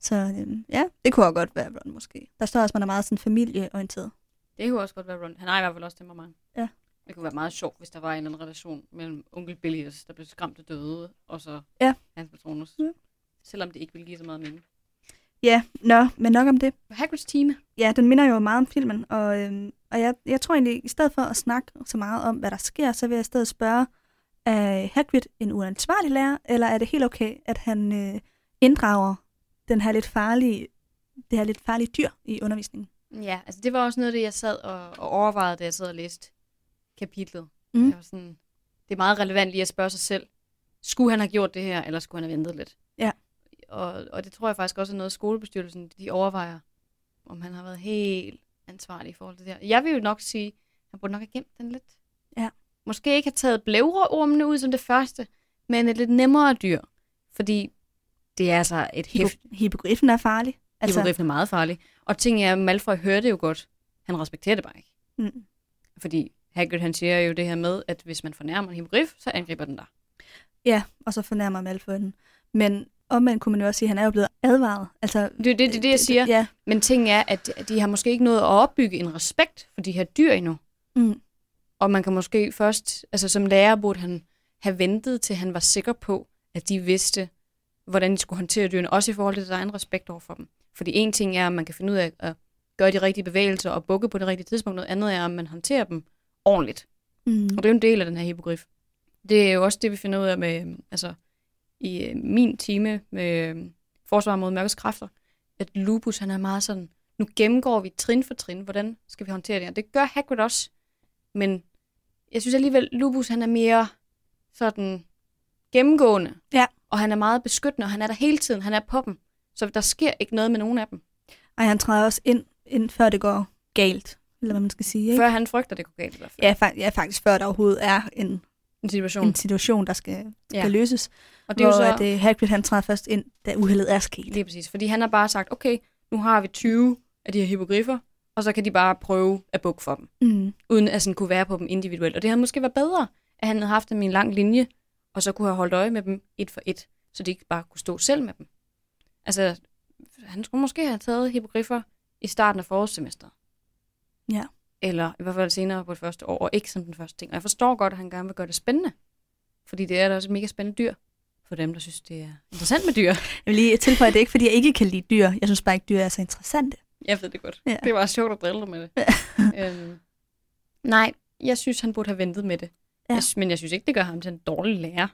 Så øh, ja, det kunne også godt være Ron måske. Der står også, at man er meget sådan familieorienteret.
Det kunne også godt være rundt. Han har i hvert fald også temperament.
Ja.
Det kunne være meget sjovt, hvis der var en eller anden relation mellem onkel Billius, der blev skræmt og døde, og så
Ja.
hans patronus.
Ja.
Selvom det ikke ville give så meget mening.
Ja, nå, men nok om det.
Hagrids time.
Ja, den minder jo meget om filmen, og, øhm, og jeg, jeg tror egentlig, i stedet for at snakke så meget om, hvad der sker, så vil jeg i stedet spørge, Er Hagrid en uansvarlig lærer, eller er det helt okay, at han øh, inddrager den her lidt farlige, det her lidt farlige dyr i undervisningen?
Ja, altså det var også noget af det, jeg sad og, og overvejede, da jeg sad og læste kapitlet.
Mm.
Mm. Jeg var sådan, det er meget relevant lige at spørge sig selv, skulle han have gjort det her, eller skulle han have ventet lidt?
Ja.
Og, og det tror jeg faktisk også er noget, skolebestyrelsen de overvejer, om han har været helt ansvarlig i forhold til det her. Jeg vil jo nok sige, han burde nok have gemt den lidt.
Ja.
Måske ikke have taget blævrormene ud som det første, men et lidt nemmere dyr. Fordi det er altså et hæft,
Hippo- Hippogriffen er farlig.
altså... er meget farligt. Og ting er, Malfoy hører det jo godt. Han respekterer det bare ikke.
mm.
Fordi Hagrid, han siger jo det her med, at hvis man fornærmer en hippogriff, så angriber den dig.
Ja, og så fornærmer Malfoy den. Men omvendt kunne man jo også sige, at han er jo blevet advaret. Altså,
Det er det, det, er det jeg siger.
Ja.
Men ting er, at de har måske ikke nået at opbygge en respekt for de her dyr endnu.
Mm.
Og man kan måske først, altså som lærer burde han have ventet, til han var sikker på, at de vidste, hvordan de skulle håndtere dyrene, også i forhold til deres egen respekt over for dem. Fordi en ting er, at man kan finde ud af at gøre de rigtige bevægelser og bukke på det rigtige tidspunkt. Noget andet er, at man håndterer dem ordentligt.
Mm.
Og det er jo en del af den her hippogrif. Det er jo også det, vi finder ud af med, øhm, altså, i øh, min time med øhm, Forsvar mod mørkets kræfter, at Lupus, han er meget sådan, nu gennemgår vi trin for trin, hvordan skal vi håndtere det her? Det gør Hagrid også, men jeg synes alligevel, Lupus, han er mere sådan gennemgående.
Ja.
Og han er meget beskyttende, og han er der hele tiden, han er på dem. Så der sker ikke noget med nogen af dem,
Ej, han træder også ind, ind, før det går galt, eller hvad man skal sige. Ikke?
før han frygter, det går galt i hvert fald.
Ja, fa- ja, faktisk før der overhovedet er en,
En situation.
en situation, der skal, skal
Ja.
løses.
Og
Det er jo så... at øh, Hagrid han træder først ind, da uheldet er sket.
Lige præcis, fordi han har bare sagt, okay, nu har vi 20 af de her hippogriffer, og så kan de bare prøve at bukke for dem,
Mm.
uden at sådan kunne være på dem individuelt. Og det havde måske været bedre, at han havde haft dem i en lang linje, og så kunne have holdt øje med dem et for et, så de ikke bare kunne stå selv med dem. Altså, han skulle måske have taget hippogriffer i starten af forårssemesteret.
Ja.
Eller i hvert fald senere på det første år, og ikke som den første ting. Og jeg forstår godt, at han gerne vil gøre det spændende, fordi det er da også et mega spændende dyr for dem, der synes, det er interessant med dyr.
Jeg vil lige tilføje, at det er ikke, fordi jeg ikke kan lide dyr. Jeg synes bare ikke, dyr er så interessante.
Jeg ved det godt.
Ja.
Ja. Det var sjovt at drille dig med det. øhm, nej, jeg synes, han burde have ventet med det. Ja.
Ja.
Jeg, sy- men jeg synes ikke, det gør ham til en dårlig lærer.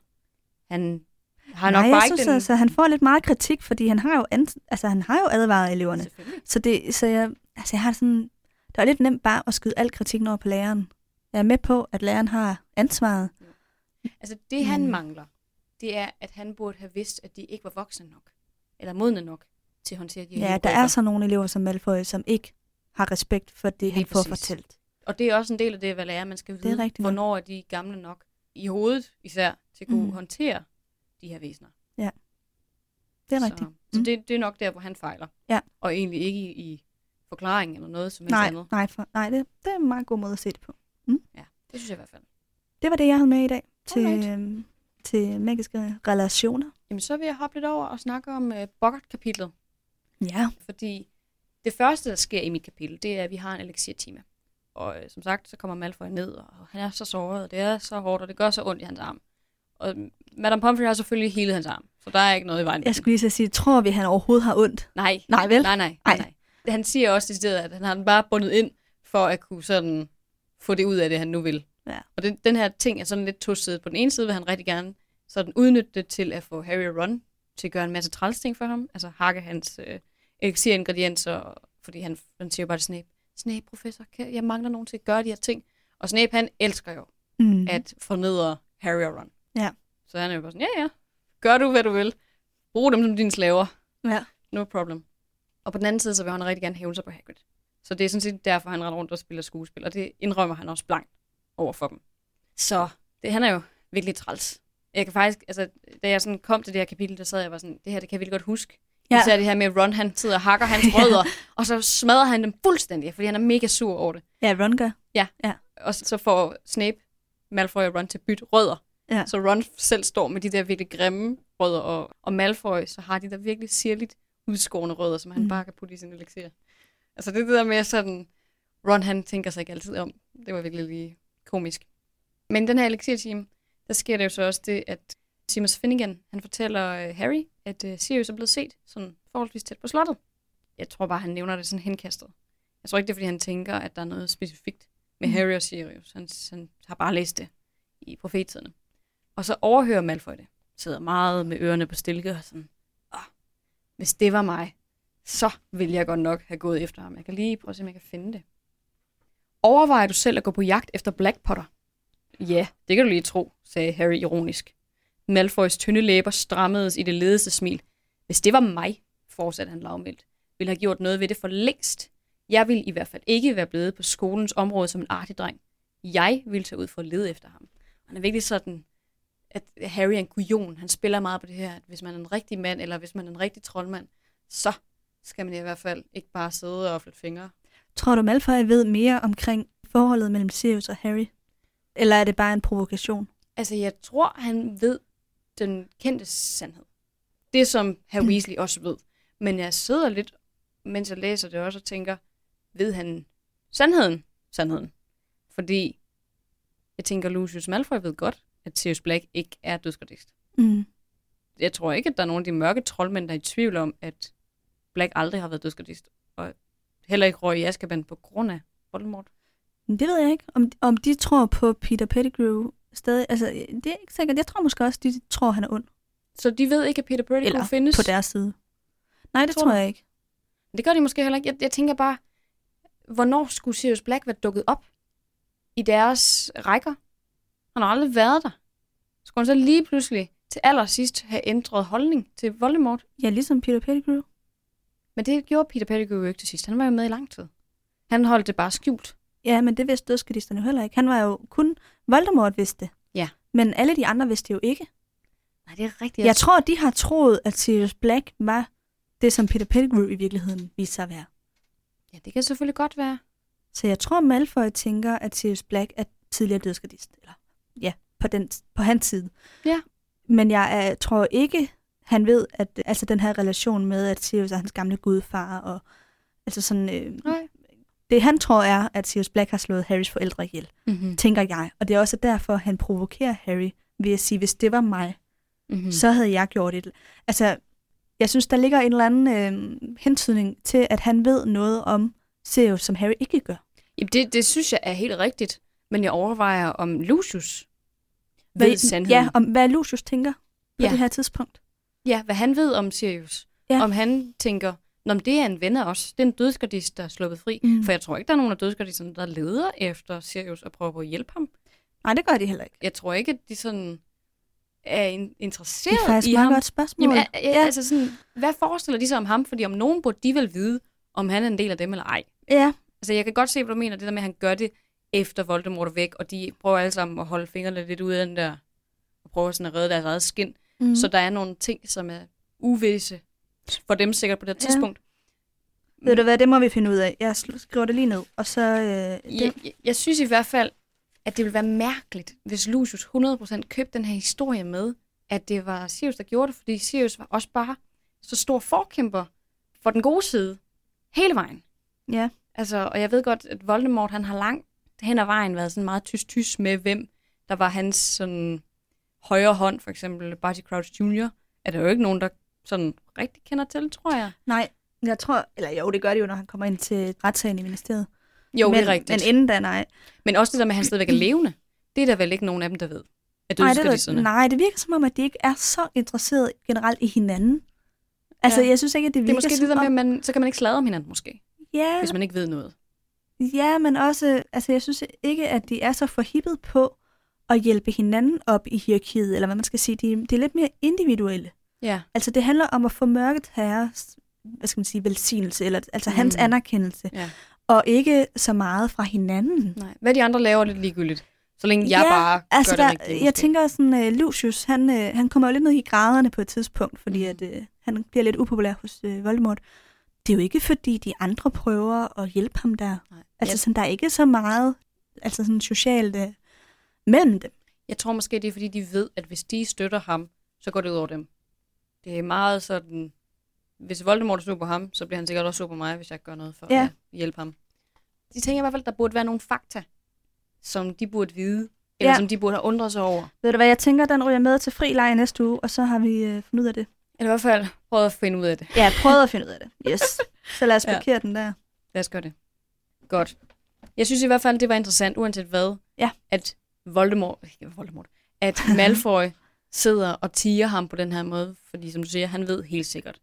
Han har
Nej,
nok
jeg
bare
synes
ikke den...
altså, han får lidt meget kritik, fordi han har jo, ans- altså, han har jo advaret eleverne.
Selvfølgelig.
Så, det, så jeg, altså, jeg har sådan, det er lidt nemt bare at skyde al kritikken over på læreren. Jeg er med på, at læreren har ansvaret.
Altså, det han
Mm.
mangler, det er, at han burde have vidst, at de ikke var voksne nok. Eller modne nok til at håndtere de her
Ja, der
hippogriffer.
er så nogle elever som Malfoy, som ikke har respekt for det, han
Lige
får
præcis.
fortalt.
Og det er også en del af det, hvad lærer man skal vide.
rigtigt nok.
hvornår er de gamle nok i hovedet især til at kunne
Mm.
mm. håndtere de her væsener.
Det er rigtigt.
Så, så
Mm.
det, det er nok der, hvor han fejler.
Ja.
Og egentlig ikke i, i forklaringen eller noget som helst
Nej,
andet.
nej, for, nej det, det er en meget god måde at se det på.
Det synes jeg i hvert fald.
Det var det, jeg havde med i dag til,
Alright.
øhm, til magiske relationer.
Jamen, så vil jeg hoppe lidt over og snakke om øh, Bogart-kapitlet.
Ja.
Fordi det første, der sker i mit kapitel, det er, at vi har en elixir-time. Og øh, som sagt, så kommer Malfoy ned, og han er så såret, og det er så hårdt, og det gør så ondt i hans arm. Og øh, Madame Pomfrey har selvfølgelig helet hans arm, så der er ikke noget i vejen. med den.
Jeg skulle lige så sige, tror vi, han overhovedet har ondt?
Nej,
Nej, vel?
Nej, nej, nej.
Ej.
nej. Han siger også decideret, at han har den bare bundet ind, for at kunne sådan få det ud af det, han nu vil.
Ja.
Og den, den her ting er sådan lidt tosidet. På den ene side vil han rigtig gerne sådan udnytte det til at få Harry og Ron til at gøre en masse træls ting for ham. Altså hakke hans øh, elixiringredienser, fordi han, han siger jo bare til Snape, Snape, professor, kan, jeg mangler nogen til at gøre de her ting. Og Snape, han elsker jo
Mm.
at fornedre Harry og Ron.
Ja.
Så han er jo bare sådan, ja ja, gør du hvad du vil. Brug dem som dine slaver.
Ja.
No problem. Og på den anden side, så vil han rigtig gerne hævne sig på Hagrid. Så det er sådan set derfor, han render rundt og spiller skuespil, og det indrømmer han også blankt over for dem. Så det, han er jo virkelig træls. Jeg kan faktisk, altså, da jeg sådan kom til det her kapitel, der sad jeg og var sådan, det her, det kan jeg virkelig godt huske.
Ja.
Ja. Især det her med, at Ron, han sidder og hakker hans rødder, og så smadrer han dem fuldstændig, fordi han er mega sur over det
Ja, Ron gør.
og så får Snape Malfoy og Ron til at bytte rødder.
Ja.
Så Ron selv står med de der virkelig grimme rødder, og, og Malfoy så har de der virkelig sirligt udskårende rødder, som han
Mm.
mm. bare kan putte i sin elixir. Altså det er det der med sådan, Ron han tænker sig ikke altid om. Det var virkelig lige komisk. Men i den her elixir-team, der sker det jo så også det, at Seamus Finnegan, han fortæller øh, Harry, at øh, Sirius er blevet set sådan forholdsvis tæt på slottet. Jeg tror bare, han nævner det sådan henkastet. Jeg tror ikke, det er, fordi han tænker, at der er noget specifikt med
Mm.
Harry og Sirius. Han, han har bare læst det i profettiderne. Og så overhører Malfoy det. Sidder meget med ørerne på stilke og sådan, Åh, hvis det var mig, så ville jeg godt nok have gået efter ham. Jeg kan lige prøve at se, om jeg kan finde det. Overvejer du selv at gå på jagt efter Black Potter? Ja, det kan du lige tro, sagde Harry ironisk. Malfoys tynde læber strammedes i det ledeste smil. Hvis det var mig, fortsatte han lavmældt, ville have gjort noget ved det for længst. Jeg ville i hvert fald ikke være blevet på skolens område som en artig dreng. Jeg ville tage ud for at lede efter ham. Og han er virkelig sådan, at Harry er en kujon. Han spiller meget på det her, at hvis man er en rigtig mand, eller hvis man er en rigtig troldmand, så skal man i hvert fald ikke bare sidde og flytte fingre.
Tror du, Malfoy ved mere omkring forholdet mellem Sirius og Harry? Eller er det bare en provokation?
Altså, jeg tror, han ved den kendte sandhed. Det, som herr
Hmm.
Weasley også ved. Men jeg sidder lidt, mens jeg læser det også, og tænker, ved han sandheden? Sandheden. Fordi jeg tænker, Lucius Malfoy ved godt, at Sirius Black ikke er dødsgardist.
Mm.
Jeg tror ikke, at der er nogen af de mørke troldmænd, der er i tvivl om, at Black aldrig har været dødsgardist. Og heller ikke røg i Azkaban på grund af Voldemort.
Men det ved jeg ikke, om, om de tror på Peter Pettigrew stadig. Altså, det er ikke sikkert. Jeg tror måske også, de tror, han er ond
Så de ved ikke, at Peter Pettigrew
Eller
findes.
på deres side. Nej, det
Tror
tror,
du?
tror jeg ikke.
Det gør de måske heller ikke. Jeg, jeg tænker bare, hvornår skulle Sirius Black være dukket op i deres rækker? Han har aldrig været der. Skulle han så lige pludselig til allersidst have ændret holdning til Voldemort?
Ja, ligesom Peter Pettigrew.
Men det gjorde Peter Pettigrew jo ikke til sidst. Han var jo med i lang tid. Han holdt det bare skjult.
Ja, men det vidste dødskadisterne jo heller ikke. Han var jo kun... Voldemort vidste det.
Ja.
Men alle de andre vidste det jo ikke.
Nej, det er rigtigt.
Yes. Jeg tror, de har troet, at Sirius Black var det, som Peter Pettigrew i virkeligheden viste sig at være.
Ja, det kan selvfølgelig godt være.
Så jeg tror, Malfoy tænker, at Sirius Black er tidligere dødskadist. Eller, ja, på, den, på hans side.
Ja.
Men jeg er, tror ikke, han ved, at altså den her relation med, at Sirius er hans gamle gudfar, og altså sådan, øh,
Nej.
det han tror er, at Sirius Black har slået Harrys forældre ihjel,
Mm-hmm.
tænker jeg. Og det er også derfor, han provokerer Harry ved at sige, hvis det var mig,
Mm-hmm.
mm. så havde jeg gjort et... Altså, jeg synes, der ligger en eller anden øh, hentydning til, at han ved noget om Sirius, som Harry ikke gør.
Jamen, det, det synes jeg er helt rigtigt. Men jeg overvejer, om Lucius ved sandheden.
Ja, om hvad Lucius tænker på
Ja.
ja. det her tidspunkt.
Ja, hvad han ved om Sirius. Ja.
Ja.
Om han tænker, Nå, men det er en ven af os. Det er en dødsgardist, der er sluppet fri. Mm.
Mm.
For jeg tror ikke, der er nogen af dødsgardisterne, der leder efter Sirius og prøver på at hjælpe ham.
Nej, det gør de heller ikke.
Jeg tror ikke, at de sådan er in-
Det er
interesseret
faktisk
i
et meget
ham.
godt spørgsmål.
Jamen, er, er, ja.
Ja.
altså sådan, hvad forestiller de sig om ham? Fordi om nogen burde de vel vide, om han er en del af dem eller ej.
ja,
Altså, jeg kan godt se, hvad du mener, det der med, at han gør det efter Voldemort er væk, og de prøver alle sammen at holde fingrene lidt ude af den der, og prøver sådan at redde deres eget skin.
mm.
Så der er nogle ting, som er uvisse for dem sikkert på det
Ja.
tidspunkt.
ved du hvad, det må vi finde ud af. Jeg sl- skriver det lige ned, og så... Øh,
Jeg,
det,
jeg, jeg synes i hvert fald, at det ville være mærkeligt, hvis Lucius 100% købte den her historie med, at det var Sirius, der gjorde det, fordi Sirius var også bare så stor forkæmper for den gode side hele vejen.
ja.
Altså, og jeg ved godt, at Voldemort, han har langt hen ad vejen været sådan meget tyst-tyst med, hvem der var hans sådan, højre hånd, for eksempel Barty Crouch Jr., er der jo ikke nogen, der sådan rigtig kender til, tror jeg.
Nej, jeg tror... Eller jo, det gør det jo, når han kommer ind til retssagen i ministeriet.
Jo,
men,
det er rigtigt.
Men inden da, nej.
Men også det der med, at han stadigvæk er levende. Det er der vel ikke nogen af dem, der ved. At
Nej det,
dødsgardisterne.
ved- nej, det virker som om, at de ikke er så interesseret generelt i hinanden. Altså,
Ja.
ja. jeg synes ikke, at det
Det er
virker
måske
som
det der med, at
om...
man, så kan man ikke sladre om hinanden måske,
Ja,
hvis man ikke ved noget.
Ja, men også, altså jeg synes ikke, at de er så forhippet på at hjælpe hinanden op i hierarkiet, eller hvad man skal sige. De, de er lidt mere individuelle.
Ja.
Altså det handler om at få mørket herres, hvad skal man sige, velsignelse, eller altså hans
Mm.
anerkendelse,
ja.
og ikke så meget fra hinanden.
Nej. Hvad de andre laver er lidt ligegyldigt. Så længe jeg
Ja,
bare gør
Altså,
det
der,
rigtigt.
jeg
måske.
tænker sådan, uh, Lucius, han, uh, han kommer jo lidt ned i graderne på et tidspunkt, fordi
Mhm.
at, uh, han bliver lidt upopulær hos uh, Voldemort. Det er jo ikke, fordi de andre prøver at hjælpe ham der.
Nej.
Altså,
Jeg,
sådan, der er ikke så meget altså sådan socialt uh, mellem dem.
jeg tror måske, det er fordi, de ved, at hvis de støtter ham, så går det ud over dem. Det er meget sådan... Hvis Voldemort er sur på ham, så bliver han sikkert også sur på mig, hvis jeg gør noget for
Ja.
at hjælpe ham. De tænker i hvert fald, der burde være nogle fakta, som de burde vide, eller
Ja.
som de burde have undret sig over.
Ved du hvad, jeg tænker, den ryger med til fri leg næste uge, og så har vi øh, fundet ud af det.
Eller i hvert fald prøvet at finde ud af det.
Ja, prøvet at finde ud af det. Yes. Så lad os
Ja.
parkere ja. den der.
Lad os gøre det. Godt. Jeg synes i hvert fald, det var interessant, uanset hvad,
Ja.
at Voldemort, ikke Voldemort, at Malfoy sidder og tiger ham på den her måde, fordi som du siger, han ved helt sikkert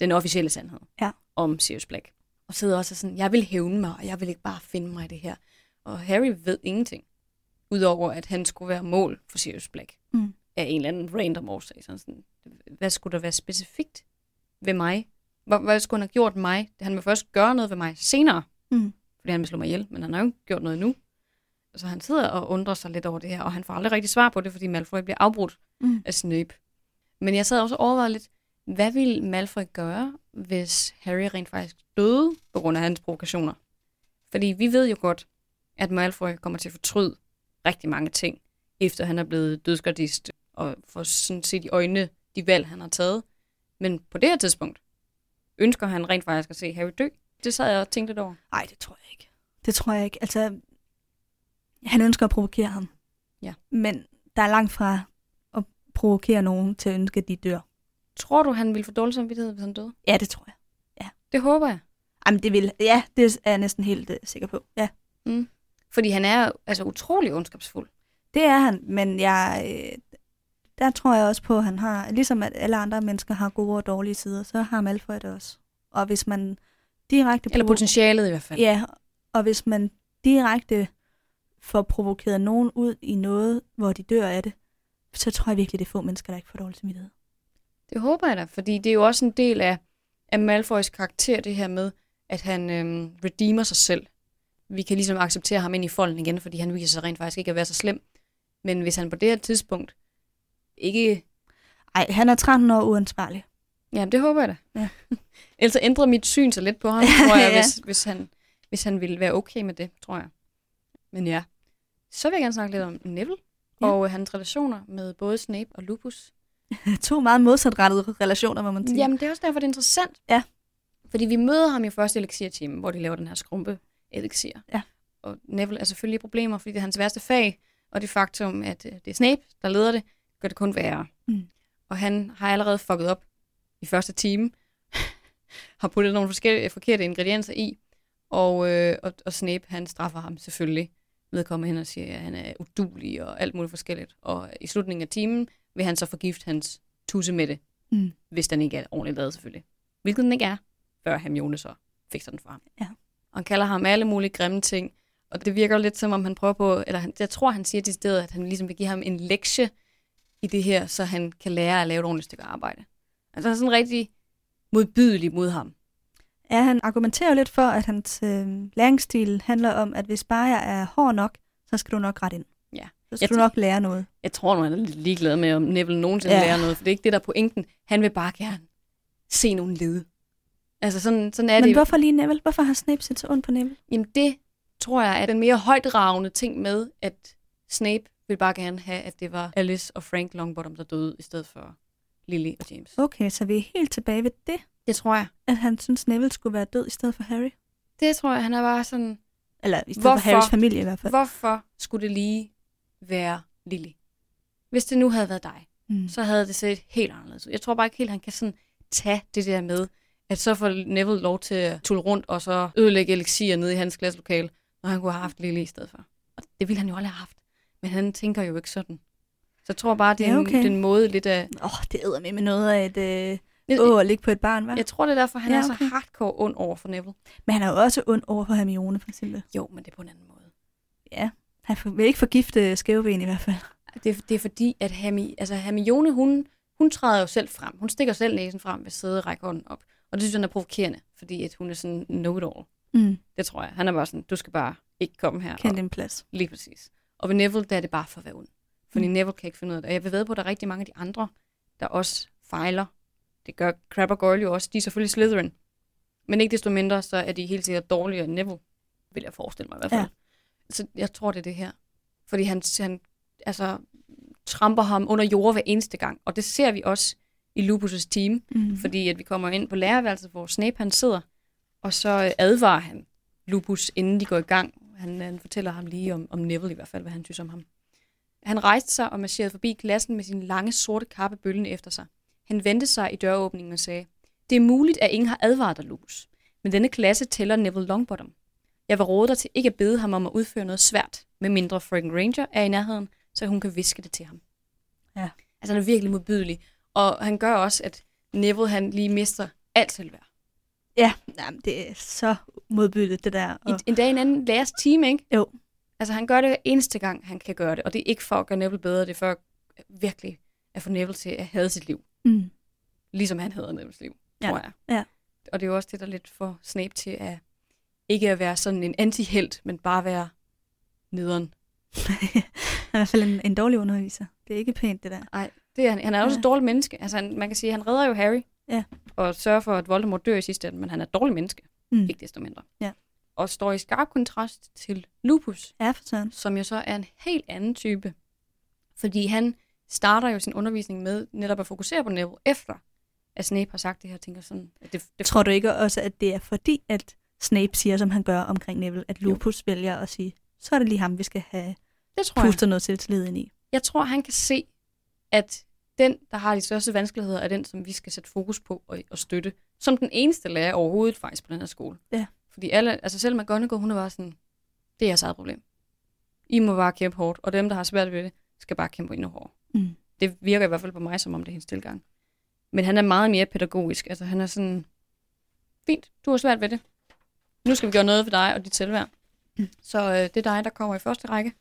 den officielle sandhed
Ja.
om Sirius Black. Og sidder også og sådan, jeg vil hævne mig, og jeg vil ikke bare finde mig i det her. Og Harry ved ingenting, udover at han skulle være mål for Sirius Black.
Mm.
Af en eller anden random årsag. Sådan sådan, hvad skulle der være specifikt ved mig? Hvor- Hvad skulle han have gjort mig? Han vil først gøre noget ved mig senere,
Mm.
fordi han vil slå mig ihjel, men han har jo ikke gjort noget nu. Så han sidder og undrer sig lidt over det her, og han får aldrig rigtig svar på det, fordi Malfoy bliver afbrudt
Mm.
af Snape. Men jeg sad også og overvejede lidt, hvad ville Malfoy gøre, hvis Harry rent faktisk døde på grund af hans provokationer? Fordi vi ved jo godt, at Malfoy kommer til at fortryde rigtig mange ting, efter han er blevet dødsgardist og får sådan set i øjnene de valg, han har taget. Men på det her tidspunkt ønsker han rent faktisk at se Harry dø. Det sad jeg og tænkte lidt over.
Nej, det tror jeg ikke. Det tror jeg ikke. Altså, han ønsker at provokere ham.
Ja.
Men der er langt fra at provokere nogen til at ønske, at de dør.
Tror du, han ville få dårlig samvittighed, hvis han døde?
Ja, det tror jeg.
Det håber jeg.
Jamen, det vil. Ja, det er jeg næsten helt uh, sikker på. Ja,
Fordi han er jo, altså utrolig ondskabsfuld.
det er han. Men jeg, øh, der tror jeg også på, at han har, ligesom at alle andre mennesker har gode og dårlige sider, så har Malfoy det også. Og hvis man direkte...
Eller
provo-
potentialet i hvert fald.
Ja, og hvis man direkte får provokeret nogen ud i noget, hvor de dør af det, så tror jeg virkelig, det er få mennesker, der ikke får dårlig samvittighed.
Det håber jeg da, fordi det er jo også en del af, af Malfoys karakter, det her med, at han øhm, redeemer sig selv. Vi kan ligesom acceptere ham ind i folden igen, fordi han viser sig rent faktisk ikke at være så slem. Men hvis han på det her tidspunkt ikke...
Ej, han er 13 år uansvarlig.
Ja, det håber jeg da.
Ja.
Ellers så ændrer mit syn sig lidt på ham, tror jeg,
Ja.
hvis, hvis, han, hvis han ville være okay med det, tror jeg. Men ja. Så vil jeg gerne snakke lidt om Neville
Ja.
ja. og øh, hans relationer med både Snape og Lupus.
to meget modsatrettede relationer, må man sige.
Jamen, det er også derfor, det er interessant.
Ja.
Fordi vi møder ham jo først i elixirtimen, hvor de laver den her skrumpe elixir.
Ja.
Og Neville er selvfølgelig i problemer, fordi det er hans værste fag, og det faktum, at øh, det er Snape, der leder det, gør det kun værre.
Mm.
Og han har allerede fucket op i første time, har puttet nogle forskellige, forkerte ingredienser i, og, øh, og, og Snape, han straffer ham selvfølgelig ved at komme hen og sige, at han er udulig og alt muligt forskelligt. Og i slutningen af timen vil han så forgifte hans tusse med det hvis den ikke er ordentligt lavet selvfølgelig. Hvilket den ikke er, før Hermione så fikser den for ham.
Ja.
Og han kalder ham alle mulige grimme ting, og det virker lidt som om han prøver på, eller han, jeg tror han siger til stedet, at han ligesom vil give ham en lektie i det her, så han kan lære at lave et ordentligt stykke arbejde. Altså han er sådan rigtig modbydelig mod ham.
Ja, han argumenterer jo lidt for, at hans øh, læringsstil handler om, at hvis bare jeg er hård nok, så skal du nok ret ind.
Ja.
Så
Jeg
skal du
tæ-
nok lære noget.
Jeg tror nu, han er lidt ligeglad med, om Neville nogensinde
Ja.
ja. lærer noget, for det er ikke det, der er pointen. Han vil bare gerne se nogen lede. Altså sådan, sådan er
Men
det. jo.
hvorfor lige Neville? Hvorfor har Snape set så ondt på Neville?
Jamen det tror jeg er den mere højdragende ting med, at Snape ville bare gerne have, at det var Alice og Frank Longbottom, der døde, i stedet for Lily og James.
Okay, så vi er helt tilbage ved det,
Det tror jeg.
at han synes, Neville skulle være død i stedet for Harry.
Det tror jeg, han er bare sådan,
Eller i stedet
Hvorfor?
for Harrys familie i hvert fald.
hvorfor skulle det lige være Lily? Hvis det nu havde været dig,
Mm.
så havde det set helt anderledes ud. Jeg tror bare ikke helt, han kan sådan tage det der med, at så får Neville lov til at tulle rundt og så ødelægge elixir nede i hans klasselokale, når han kunne have haft Lily i stedet for. Og det ville han jo aldrig have haft. Men han tænker jo ikke sådan. Så jeg tror bare, det er,
Ja,
ja,
okay.
okay. en, den måde lidt af...
Åh, oh, det æder med med noget af et øh,
Jeg,
åh at ligge på et barn, hva'?
jeg tror, det er derfor, han
Ja,
ja, okay. er
okay.
så hardcore ond over for Neville.
Men han er jo også ond over for Hermione, for eksempel.
Jo, men det er på en anden måde.
Ja, han for- vil ikke forgifte skæveben i hvert fald.
Det, er- det er fordi, at Hermi, altså Hermione, hun, hun træder jo selv frem. Hun stikker selv næsen frem ved sæde og rækker hånden op. Og det synes han er provokerende, fordi at hun er sådan know-it-all.
Mm.
Det tror jeg. Han er bare sådan, du skal bare ikke komme her.
Kendt en plads.
Lige præcis. Og ved Neville, der er det bare for at være ond. Fordi
Mm.
mm. Neville kan ikke finde ud af det. Og jeg vil ved på, at der er rigtig mange af de andre, der også fejler. Det gør Crab og Goyle jo også. De er selvfølgelig Slytherin. Men ikke desto mindre, så er de helt sikkert dårligere end Neville, vil jeg forestille mig i hvert fald.
Ja.
Ja. Så jeg tror, det er det her. Fordi han, han altså, tramper ham under jord hver eneste gang. Og det ser vi også i Lupus' team.
Mm.
Fordi at vi kommer ind på lærerværelset, hvor Snape han sidder, og så øh, advarer han Lupus, inden de går i gang. Han, øh, han fortæller ham lige om, om Neville i hvert fald, hvad han synes om ham. Han rejste sig og marcherede forbi klassen med sin lange sorte kappe bølgende efter sig. Han vendte sig i døråbningen og sagde, Det er muligt, at ingen har advaret dig, Lupus, men denne klasse tæller Neville Longbottom. Jeg vil råde dig til ikke at bede ham om at udføre noget svært, medmindre Frank Ranger er i nærheden, så hun kan viske det til ham.
Ja.
Altså han er virkelig modbydelig. Og han gør også, at Neville han lige mister alt selvværd.
Ja, jamen, det er så modbydeligt, det der. Og,
En, en dag en anden lærers time, ikke?
Jo.
Altså han gør det hver eneste gang, han kan gøre det. Og det er ikke for at gøre Neville bedre, det er for at virkelig at få Neville til at hade sit liv.
mm,
ligesom han hader Neville's liv,
Ja,
tror jeg.
ja.
Og det er jo også det, der lidt får Snape til at ikke at være sådan en antihelt, men bare være nederen.
han er i hvert fald en, en dårlig underviser. Det er ikke pænt, det der.
Det er, han. han er også
Ja.
et dårligt menneske. Altså, han, man kan sige, at han redder jo Harry.
Ja.
Og sørger for, at Voldemort dør i sidste ende, men han er et dårligt menneske.
Mm.
Ikke desto mindre.
Ja.
Og står i skarp kontrast til Lupus,
Ja, for søren.
som jo så er en helt anden type. Fordi han starter jo sin undervisning med netop at fokusere på Neville, efter at Snape har sagt det her, tænker sådan, at det, det
Tror du ikke også, at det er fordi, at Snape siger, som han gør omkring Neville, at
Jo.
Lupus jo. vælger at sige, så er det lige ham, vi skal have
det tror jeg.
pustet noget selvtillid ind i.
Jeg tror, han kan se, at den, der har de største vanskeligheder, er den, som vi skal sætte fokus på og, og støtte. Som den eneste lærer overhovedet faktisk på den her skole.
Ja.
Fordi alle, altså selv McGonagall, hun var sådan, det er jeres eget problem. I må bare kæmpe hårdt, og dem, der har svært ved det, skal bare kæmpe endnu hårdere.
Mm.
Det virker i hvert fald på mig, som om det er hendes tilgang. Men han er meget mere pædagogisk. Altså han er sådan, fint, du har svært ved det. Nu skal vi gøre noget for dig og dit selvværd.
Mm.
Så øh, det er dig, der kommer i første række.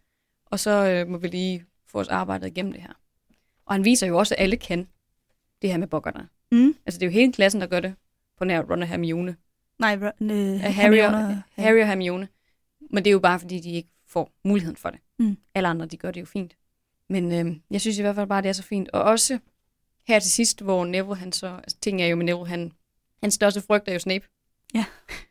Og så øh, må vi lige få os arbejdet igennem det her. Og han viser jo også, at alle kan det her med bokkerne.
Mm.
Altså, det er jo hele klassen, der gør det på nær Ron og Hermione.
Nej, Ron, øh,
Af
han
Harry,
er
og,
under-
Harry og Hermione. Men det er jo bare, fordi de ikke får muligheden for det.
Mm.
Alle andre, de gør det jo fint. Men øh, jeg synes i hvert fald bare, det er så fint. Og også her til sidst, hvor Neville, han så... Altså, ting er jo med Neville, han, hans største frygt er jo Snape.
Ja.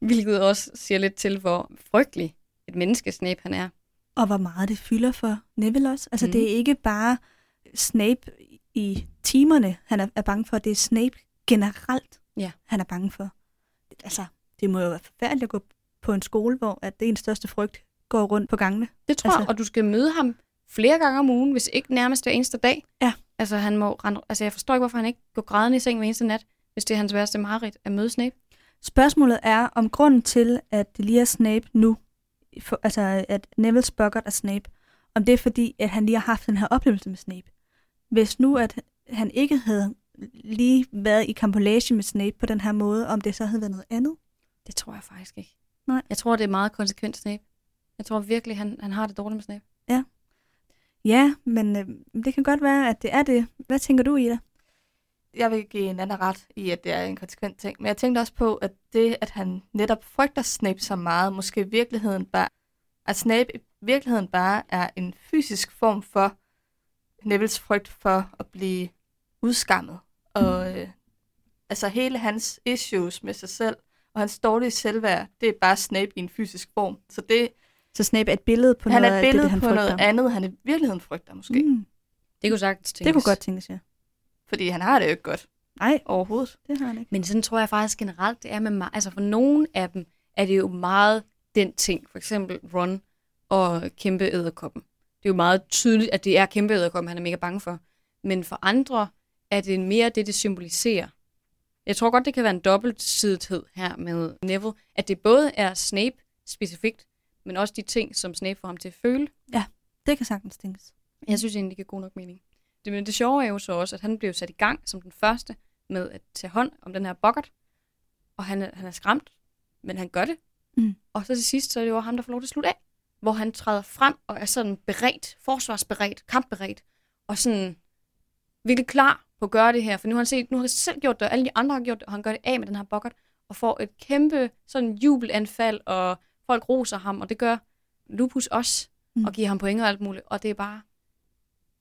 Hvilket også siger lidt til, hvor frygtelig et menneske Snape han er.
Og hvor meget det fylder for Neville også. Altså,
Mm.
mm. det er ikke bare Snape i timerne, han er, er bange for. Det er Snape generelt,
Ja.
han er bange for. Altså, det må jo være forfærdeligt at gå på en skole, hvor at det er ens største frygt går rundt på gangene.
Det tror altså, jeg,
Altså-
og du skal møde ham flere gange om ugen, hvis ikke nærmest hver eneste dag.
Ja.
Altså, han må rende, altså, jeg forstår ikke, hvorfor han ikke går grædende i seng hver eneste nat, hvis det er hans værste mareridt at møde Snape.
Spørgsmålet er, om grunden til, at det lige er Snape nu, for, altså at Neville Spockert er Snape, om det er fordi, at han lige har haft den her oplevelse med Snape. Hvis nu, at han ikke havde lige været i kampolage med Snape på den her måde, om det så havde været noget andet.
Det tror jeg faktisk ikke.
Nej.
Jeg tror, det er meget konsekvent Snape. Jeg tror virkelig, han, han har det dårligt med Snape.
Ja, men øh, det kan godt være, at det er det. Hvad tænker du, Ida?
jeg vil give en anden ret i, at det er en konsekvent ting. Men jeg tænkte også på, at det, at han netop frygter Snape så meget, måske i virkeligheden bare, at Snape i virkeligheden bare er en fysisk form for Neville's frygt for at blive udskammet.
Mm.
Og øh, altså hele hans issues med sig selv og hans dårlige selvværd, det er bare Snape i en fysisk form. Så det,
Så Snape er et billede på
han
noget
er
af
et
det,
billede
det, han
på
frygter.
noget andet, han i virkeligheden frygter måske. Mm.
Mm,
Det kunne sagtens tænkes.
det kunne godt tænkes, ja.
Fordi han har det jo ikke godt
Nej,
overhovedet.
det har han ikke.
Men sådan tror jeg faktisk generelt, det er med mig. Altså for nogen af dem er det jo meget den ting. For eksempel Ron og kæmpe æderkoppen. Det er jo meget tydeligt, at det er kæmpe æderkoppen, han er mega bange for. Men for andre er det mere det, det symboliserer. Jeg tror godt, det kan være en dobbeltsidighed her med Neville, at det både er Snape specifikt, men også de ting, som Snape får ham til at føle.
Det kan sagtens tænkes.
Jeg synes egentlig, det giver god nok mening. Det, men det sjove er jo så også, at han blev sat i gang som den første med at tage hånd om den her bokkert. Og han, er- han er skræmt, men han gør det.
Mm.
Og så til sidst, så er det jo ham, der får lov til at slutte af. Hvor han træder frem og er sådan beredt, forsvarsberedt, kampberedt. Og sådan virkelig klar på at gøre det her. For nu har han set, nu har han selv gjort det, og alle de andre har gjort det, og han gør det af med den her bokkert. Og får et kæmpe sådan jubelanfald, og folk roser ham, og det gør Lupus også.
Mm.
Og giver ham point og alt muligt. Og det er bare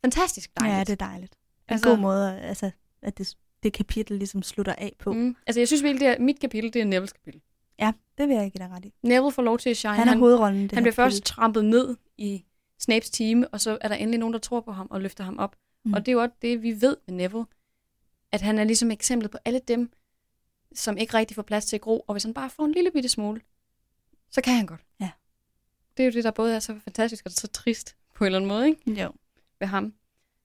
fantastisk dejligt.
Ja, det er dejligt. En
Altså-
altså, god måde, at- altså, at det, det kapitel ligesom slutter af på. Mm.
Mm. Altså, jeg synes virkelig, at mit kapitel, det er Neville's kapitel.
Ja, det vil jeg ikke give dig ret i.
Neville får lov til at shine.
Han er hovedrollen. i det
han
her
bliver først
kapitel.
trampet ned i Snapes time, og så er der endelig nogen, der tror på ham og løfter ham op. Mm.
Mm.
Og det er jo også det, vi ved med Neville, at han er ligesom eksemplet på alle dem, som ikke rigtig får plads til at gro, og hvis han bare får en lille bitte smule, så kan han godt.
Ja.
Det er jo det, der både er så fantastisk og så trist på en eller anden måde, ikke?
Jo.
Ved ham.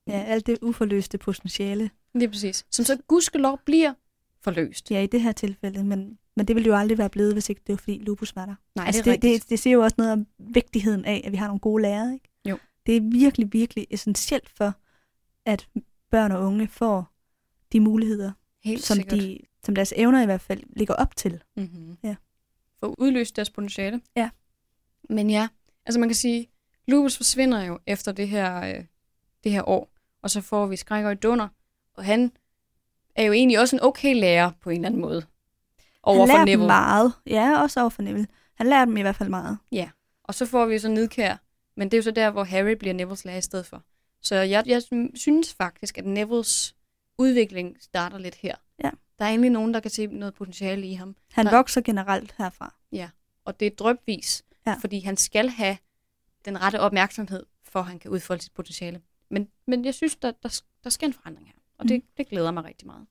Ja, alt det uforløste potentiale.
Lige præcis. Som så gudskelov bliver forløst.
Ja, i det her tilfælde, men, men det ville jo aldrig være blevet, hvis ikke altså, det var fordi Lupus var der.
Nej,
altså, det, det, det siger jo også noget om vigtigheden af, at vi har nogle gode lærere, ikke?
Jo.
Det er virkelig, virkelig essentielt for, at børn og unge får de muligheder,
Helt
som,
sikkert.
de, som deres evner i hvert fald ligger op til.
Mm-hmm.
Ja.
For at udløse deres potentiale.
Ja.
Men ja, altså man kan sige, Lupus forsvinder jo efter det her, øh, det her år, og så får vi skrækker i dunder, og han er jo egentlig også en okay lærer på en eller anden måde. Over
han
for
lærer
Neville.
dem meget. Ja, også over for Neville. Han lærer dem i hvert fald meget.
Og så får vi så nedkær, men det er jo så der, hvor Harry bliver Nevilles lærer i stedet for. Så jeg, jeg synes faktisk, at Nevilles udvikling starter lidt her.
Ja.
Der er egentlig nogen, der kan se noget potentiale i ham,
Han
Nej.
vokser generelt herfra.
og det er drøbvis,
Ja.
fordi han skal have den rette opmærksomhed, for at han kan udfolde sit potentiale. Men, men jeg synes, der, der, der sker en forandring her, og det, mm. det glæder mig rigtig meget.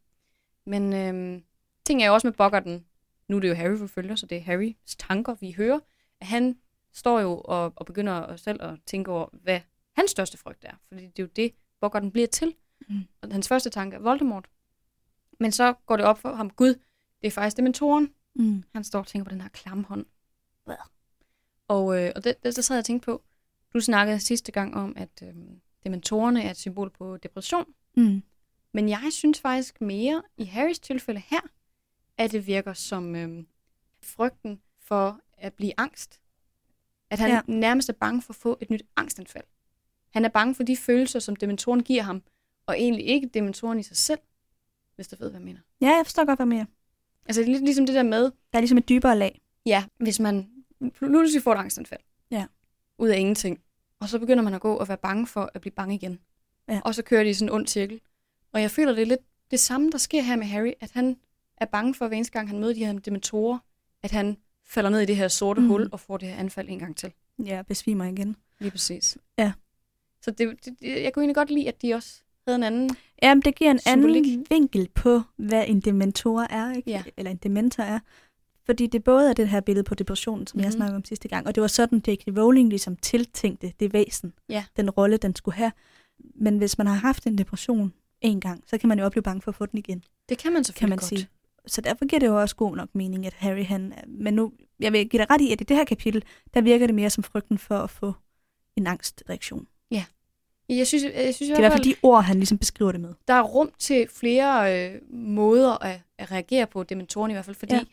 Men øhm, ting er jo også med Boggarten, nu er det jo Harry, vi følger, så det er Harrys tanker, vi hører, at han står jo og, og begynder at- selv at tænke over, hvad hans største frygt er. Fordi det er jo det, Boggarten bliver til.
Mm.
Og hans første tanke er Voldemort. Men så går det op for ham, Gud, det er faktisk dementoren,
Mm.
han står og tænker på den her klamme hånd.
Hvad?
Og, øh, og det, det, så sad jeg og tænkte på, du snakkede sidste gang om, at øh, dementorerne er et symbol på depression.
Mm.
Men jeg synes faktisk mere, i Harrys tilfælde her, at det virker som øh, frygten for at blive angst. At han ja.
Ja.
nærmest er bange for at få et nyt angstanfald. Han er bange for de følelser, som dementoren giver ham, og egentlig ikke dementoren i sig selv, hvis du ved, hvad jeg mener.
Ja, jeg forstår godt, hvad mere.
Altså lidt ligesom det der med,
Der er ligesom et dybere lag.
Ja, hvis man pludselig får et angstanfald.
Ja.
Ud af ingenting. Og så begynder man at gå og være bange for at blive bange igen.
Ja.
Og så kører de i sådan en ond cirkel. Og jeg føler, det er lidt det samme, der sker her med Harry, at han er bange for, at hver eneste gang han møder de her dementorer, at han falder ned i det her sorte mm.
Mhm.
hul og får det her anfald en gang til.
Ja, besvimer igen.
Lige præcis.
Ja.
Så det, det, det, jeg kunne egentlig godt lide, at de også havde en anden.
Jamen, det giver en anden
Symbolik.
vinkel på, hvad en dementor er, ikke?
Ja.
eller en dementor er. Fordi det både er det her billede på depressionen, som mm.
Mhm.
jeg snakkede om sidste gang, og det var sådan, J.K. Rowling ligesom tiltænkte det væsen,
Ja.
den rolle, den skulle have. Men hvis man har haft en depression en gang, så kan man jo også blive bange for at få den igen,
Det kan man
kan
selvfølgelig
man
godt.
sige. Så derfor giver det jo også god nok mening, at Harry han... er- Men nu, jeg vil give dig ret i, at i det her kapitel, der virker det mere som frygten for at få en angstreaktion. Det
Jeg synes, jeg synes i
er
hvert
i hvert
fald,
fald de ord, han ligesom beskriver det med.
der er rum til flere øh, måder at, at reagere på dementoren i hvert fald, fordi ja.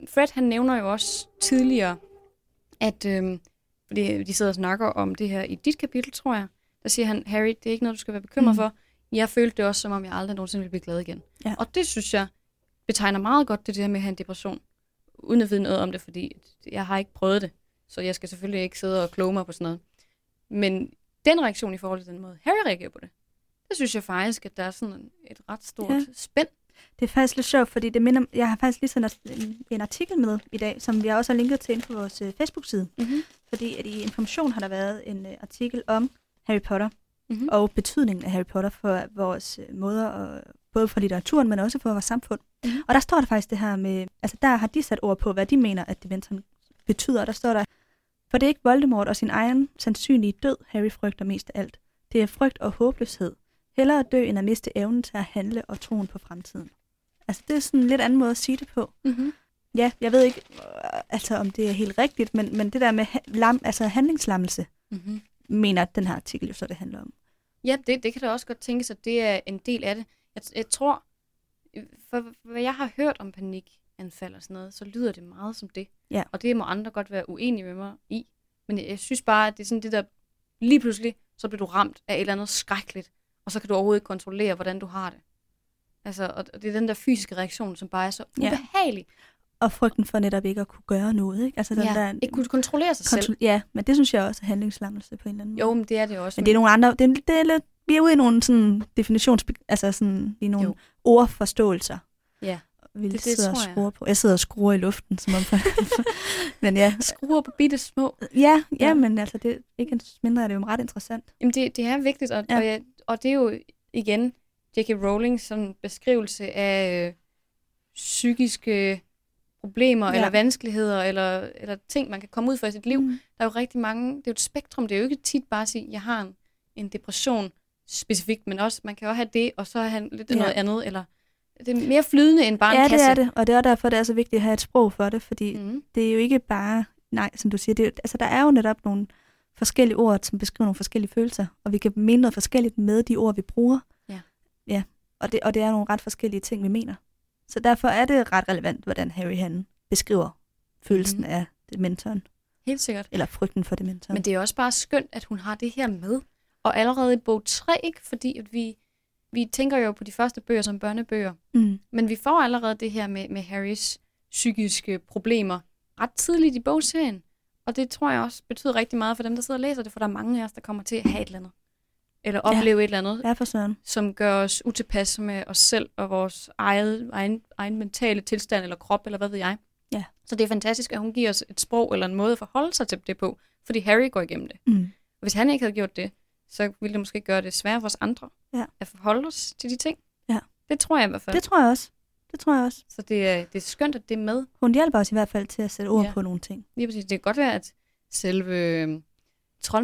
Ja.
Fred han nævner jo også tidligere, at øh, fordi de sidder og snakker om det her i dit kapitel, tror jeg, der siger han, Harry, det er ikke noget, du skal være bekymret mm.
Mm.
for. Jeg følte det også, som om jeg aldrig nogensinde ville blive glad igen.
Ja.
Og det synes jeg betegner meget godt det der med at have en depression, uden at vide noget om det, fordi jeg har ikke prøvet det, så jeg skal selvfølgelig ikke sidde og kloge mig på sådan noget. Men den reaktion i forhold til den måde, Harry reagerer på det, det synes jeg faktisk, at der er sådan et ret stort ja.
Ja.
spænd.
Det er faktisk lidt sjovt, fordi det minder, jeg har faktisk lige sendt en- en artikel med i dag, som jeg også har linket til inde på vores øh, Facebook-side.
Mm-hmm.
Fordi at i Information har der været en øh, artikel om Harry Potter
Mhm.
og betydningen af Harry Potter for vores øh, måder, og, både for litteraturen, men også for vores samfund.
Mhm.
Og der står der faktisk det her med, altså der har de sat ord på, hvad de mener, at dementoren betyder. Og der står der, for det er ikke Voldemort og sin egen sandsynlige død, Harry frygter mest af alt. Det er frygt og håbløshed. Hellere at dø, end at miste evnen til at handle og troen på fremtiden. Altså det er sådan en lidt anden måde at sige det på.
Mm-hmm.
Ja, jeg ved ikke, øh, altså, om det er helt rigtigt, men, men det der med ha- lam, altså, handlingslammelse,
Mm-hmm.
mener den her artikel jo så, det handler om.
Ja, det, det kan da også godt tænkes, at det er en del af det. Jeg, jeg tror, øh, for hvad jeg har hørt om panikanfald og sådan noget, så lyder det meget som det.
Ja.
Og det må andre godt være uenige med mig i. Men jeg, jeg synes bare, at det er sådan det der, lige pludselig, så bliver du ramt af et eller andet skrækkeligt, og så kan du overhovedet ikke kontrollere, hvordan du har det. Altså, og og det er den der fysiske reaktion, som bare er så
Ja.
ubehagelig.
Og frygten for netop ikke at kunne gøre noget, ikke? Altså, den
Ja,
der
Ikke kunne kontrollere sig selv.
kontrol- ja, men det synes jeg også er handlingslammelse på en eller anden måde.
Jo, men det er det også.
Men det er nogle andre, det er, det er lidt, vi er ude i nogle sådan definitions, altså sådan i nogle
Jo.
jo. ordforståelser.
Ja.
Vi det,
det
det sidder og
tror jeg.
skruer på. Jeg sidder og skruer i luften, som om for... men ja,
skruer på bitte små.
ja, ja,
Ja.
ja, men altså, det, ikke mindre er det jo ret interessant.
Jamen, det, det er vigtigt, og, ja.
Ja.
og, jeg, og det er jo igen J.K. Rowlings sådan beskrivelse af øh, psykiske problemer, ja.
Ja. Mm.
eller vanskeligheder, eller, eller ting, man kan komme ud for i sit liv. Der er jo rigtig mange, det er jo et spektrum, det er jo ikke tit bare at sige, jeg har en, en depression specifikt, men også, man kan også have det, og så have lidt ja.
Ja.
noget andet, eller det er mere flydende end bare
ja,
en kasse.
det er det, og det er derfor, det er så vigtigt at have et sprog for det, fordi mm.
Mm.
det er jo ikke bare, nej, som du siger, det, er jo- altså der er jo netop nogle forskellige ord, som beskriver nogle forskellige følelser, og vi kan mene noget forskelligt med de ord, vi bruger.
Ja.
ja. Og, det, og det er nogle ret forskellige ting, vi mener. Så derfor er det ret relevant, hvordan Harry han beskriver følelsen
Mhm.
mm. af dementoren,
Helt sikkert.
eller frygten for dementoren.
Men det er også bare skønt, at hun har det her med. Og allerede i bog 3, ikke? fordi at vi, vi tænker jo på de første bøger som børnebøger,
mm.
men vi får allerede det her med, med Harrys psykiske problemer ret tidligt i bogserien. Og det tror jeg også betyder rigtig meget for dem, der sidder og læser det, for der er mange af os, der kommer til at have et eller andet. Eller
Ja.
opleve et eller andet,
Ja, for søren.
som gør os utilpasse med os selv og vores eget, egen, egen mentale tilstand eller krop, eller hvad ved jeg.
Ja.
Så det er fantastisk, at hun giver os et sprog eller en måde at forholde sig til det på, fordi Harry går igennem det.
Mm.
Og hvis han ikke havde gjort det, så ville det måske gøre det sværere for os andre
Ja.
at forholde os til de ting.
Ja.
Det tror jeg i hvert fald.
Det tror jeg også. Det tror jeg også.
Så det er, det er skønt, at det er med.
Hun hjælper os i hvert fald til at sætte ord
Ja.
ja. på nogle ting.
Lige præcis. Det kan godt være, at selve øh,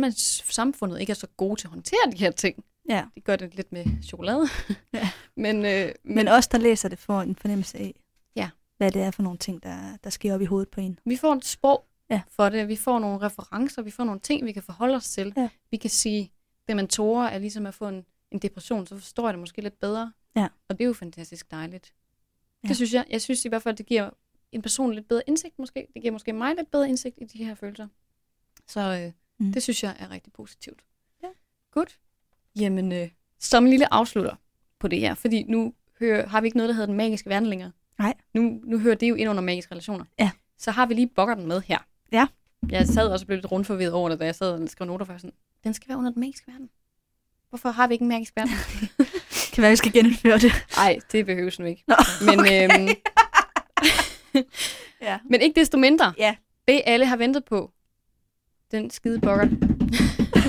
troldmandssamfundet ikke er så gode til at håndtere de her ting.
Ja.
De gør det lidt med chokolade.
Ja.
men, øh, men,
Men
men
også der læser det, får en fornemmelse af,
Ja.
hvad det er for nogle ting, der, der sker op i hovedet på en.
vi får et sprog
Ja.
for det. Vi får nogle referencer. Vi får nogle ting, vi kan forholde os til.
Ja.
Vi kan sige, det man tårer er ligesom at få en, en depression, så forstår jeg det måske lidt bedre.
Ja.
Og det er jo fantastisk dejligt. Ja.
Ja.
Det synes jeg. Jeg synes i hvert fald, det giver en person lidt bedre indsigt måske. Det giver måske mig lidt bedre indsigt i de her følelser. Så øh, mm.
Mm.
det synes jeg er rigtig positivt.
Ja.
Godt. Jamen, øh, som en lille afslutter på det her, fordi nu hører, har vi ikke noget, der hedder den magiske verden længere.
Nej.
Nu, nu hører det jo ind under magiske relationer.
Ja.
Så har vi lige bokker den med her.
Ja.
Jeg sad også og blev lidt rundforvirret over det, da jeg sad og skrev noter for jeg sådan, den skal være under den magiske verden. Hvorfor har vi ikke en magisk verden?
Kan være, vi skal genindføre det.
Nej, det behøves nu ikke.
Nå,
Men, øhm,
Ja.
men ikke desto mindre.
Ja.
Det, alle har ventet på. Den skide bokker.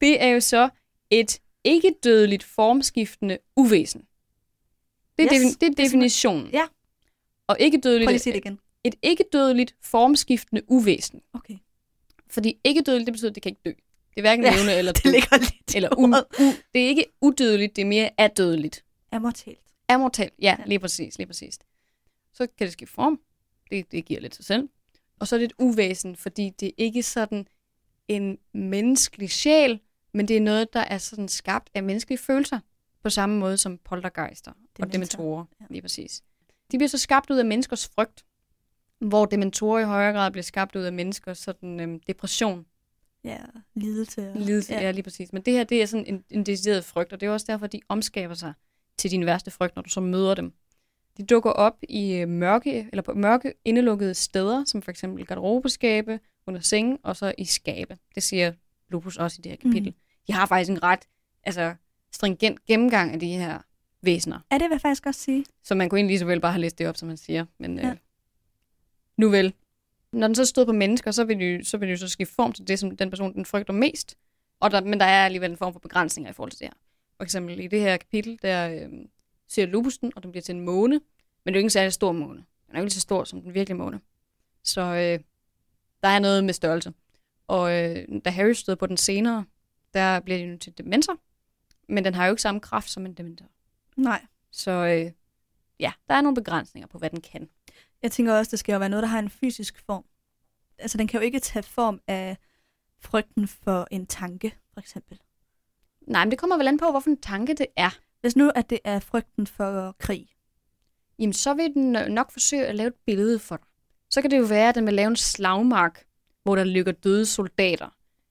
det er jo så et ikke-dødeligt formskiftende uvæsen. Det er,
Yes,
yes, det er definitionen.
ja.
Og ikke-dødeligt,
Prøv lige at sige det igen.
et ikke-dødeligt formskiftende uvæsen.
Okay.
Fordi ikke-dødeligt, det betyder, at det kan ikke dø. Det er hverken
Ja,
levende eller
Det
død.
ligger lidt
Eller
i
u-
ordet.
u- det er ikke udødeligt, det er mere adødeligt.
Amortalt.
Amortal, ja, ja,
Ja.
lige præcis, lige præcis. Så kan det skifte form. Det, det giver lidt sig selv. Og så er det et uvæsen, fordi det er ikke sådan en menneskelig sjæl, men det er noget, der er sådan skabt af menneskelige følelser, på samme måde som poltergeister og
Dementorer.
dementorer, ja.
Ja.
lige præcis. De bliver så skabt ud af menneskers frygt, hvor dementorer i højere grad bliver skabt ud af menneskers sådan, øhm, depression,
Ja, lidelse. og-
lidelse. Ja.
Ja.
ja, lige præcis. Men det her, det er sådan en, en decideret frygt, og det er også derfor, de omskaber sig til din værste frygt, når du så møder dem. De dukker op i øh, mørke, eller på mørke indelukkede steder, som for eksempel garderobeskabe, under sengen og så i skabe. Det siger Lupus også i det her kapitel. Mm. De har faktisk en ret altså, stringent gennemgang af de her væsener.
Er det, hvad jeg faktisk også sige?
Så man kunne egentlig lige så vel bare have læst det op, som man siger. Men ja.
Ja.
øh, nu vel. Når den så stod på mennesker, så vil det jo så, vil det jo så skifte form til det, som den person den frygter mest. Og der, men der er alligevel en form for begrænsninger i forhold til det her. For eksempel i det her kapitel, der øh, ser lupusten, og den bliver til en måne. Men det er jo ikke en særlig stor måne. Den er jo ikke lige så stor som den virkelige måne. Så øh, der er noget med størrelse. Og øh, da Harry støder på den senere, der bliver den jo til demenser. Men den har jo ikke samme kraft som en dementor.
Nej.
Så øh, ja, der er nogle begrænsninger på, hvad den kan.
Jeg tænker også, det skal jo være noget, der har en fysisk form. Altså, den kan jo ikke tage form af frygten for en tanke, for eksempel.
Nej, men det kommer vel an på, hvorfor en tanke det er.
Hvis nu, at det er frygten for krig,
Jamen, så vil den øh, nok forsøge at lave et billede for dig. Så kan det jo være, at den vil lave en slagmark, hvor der ligger døde soldater.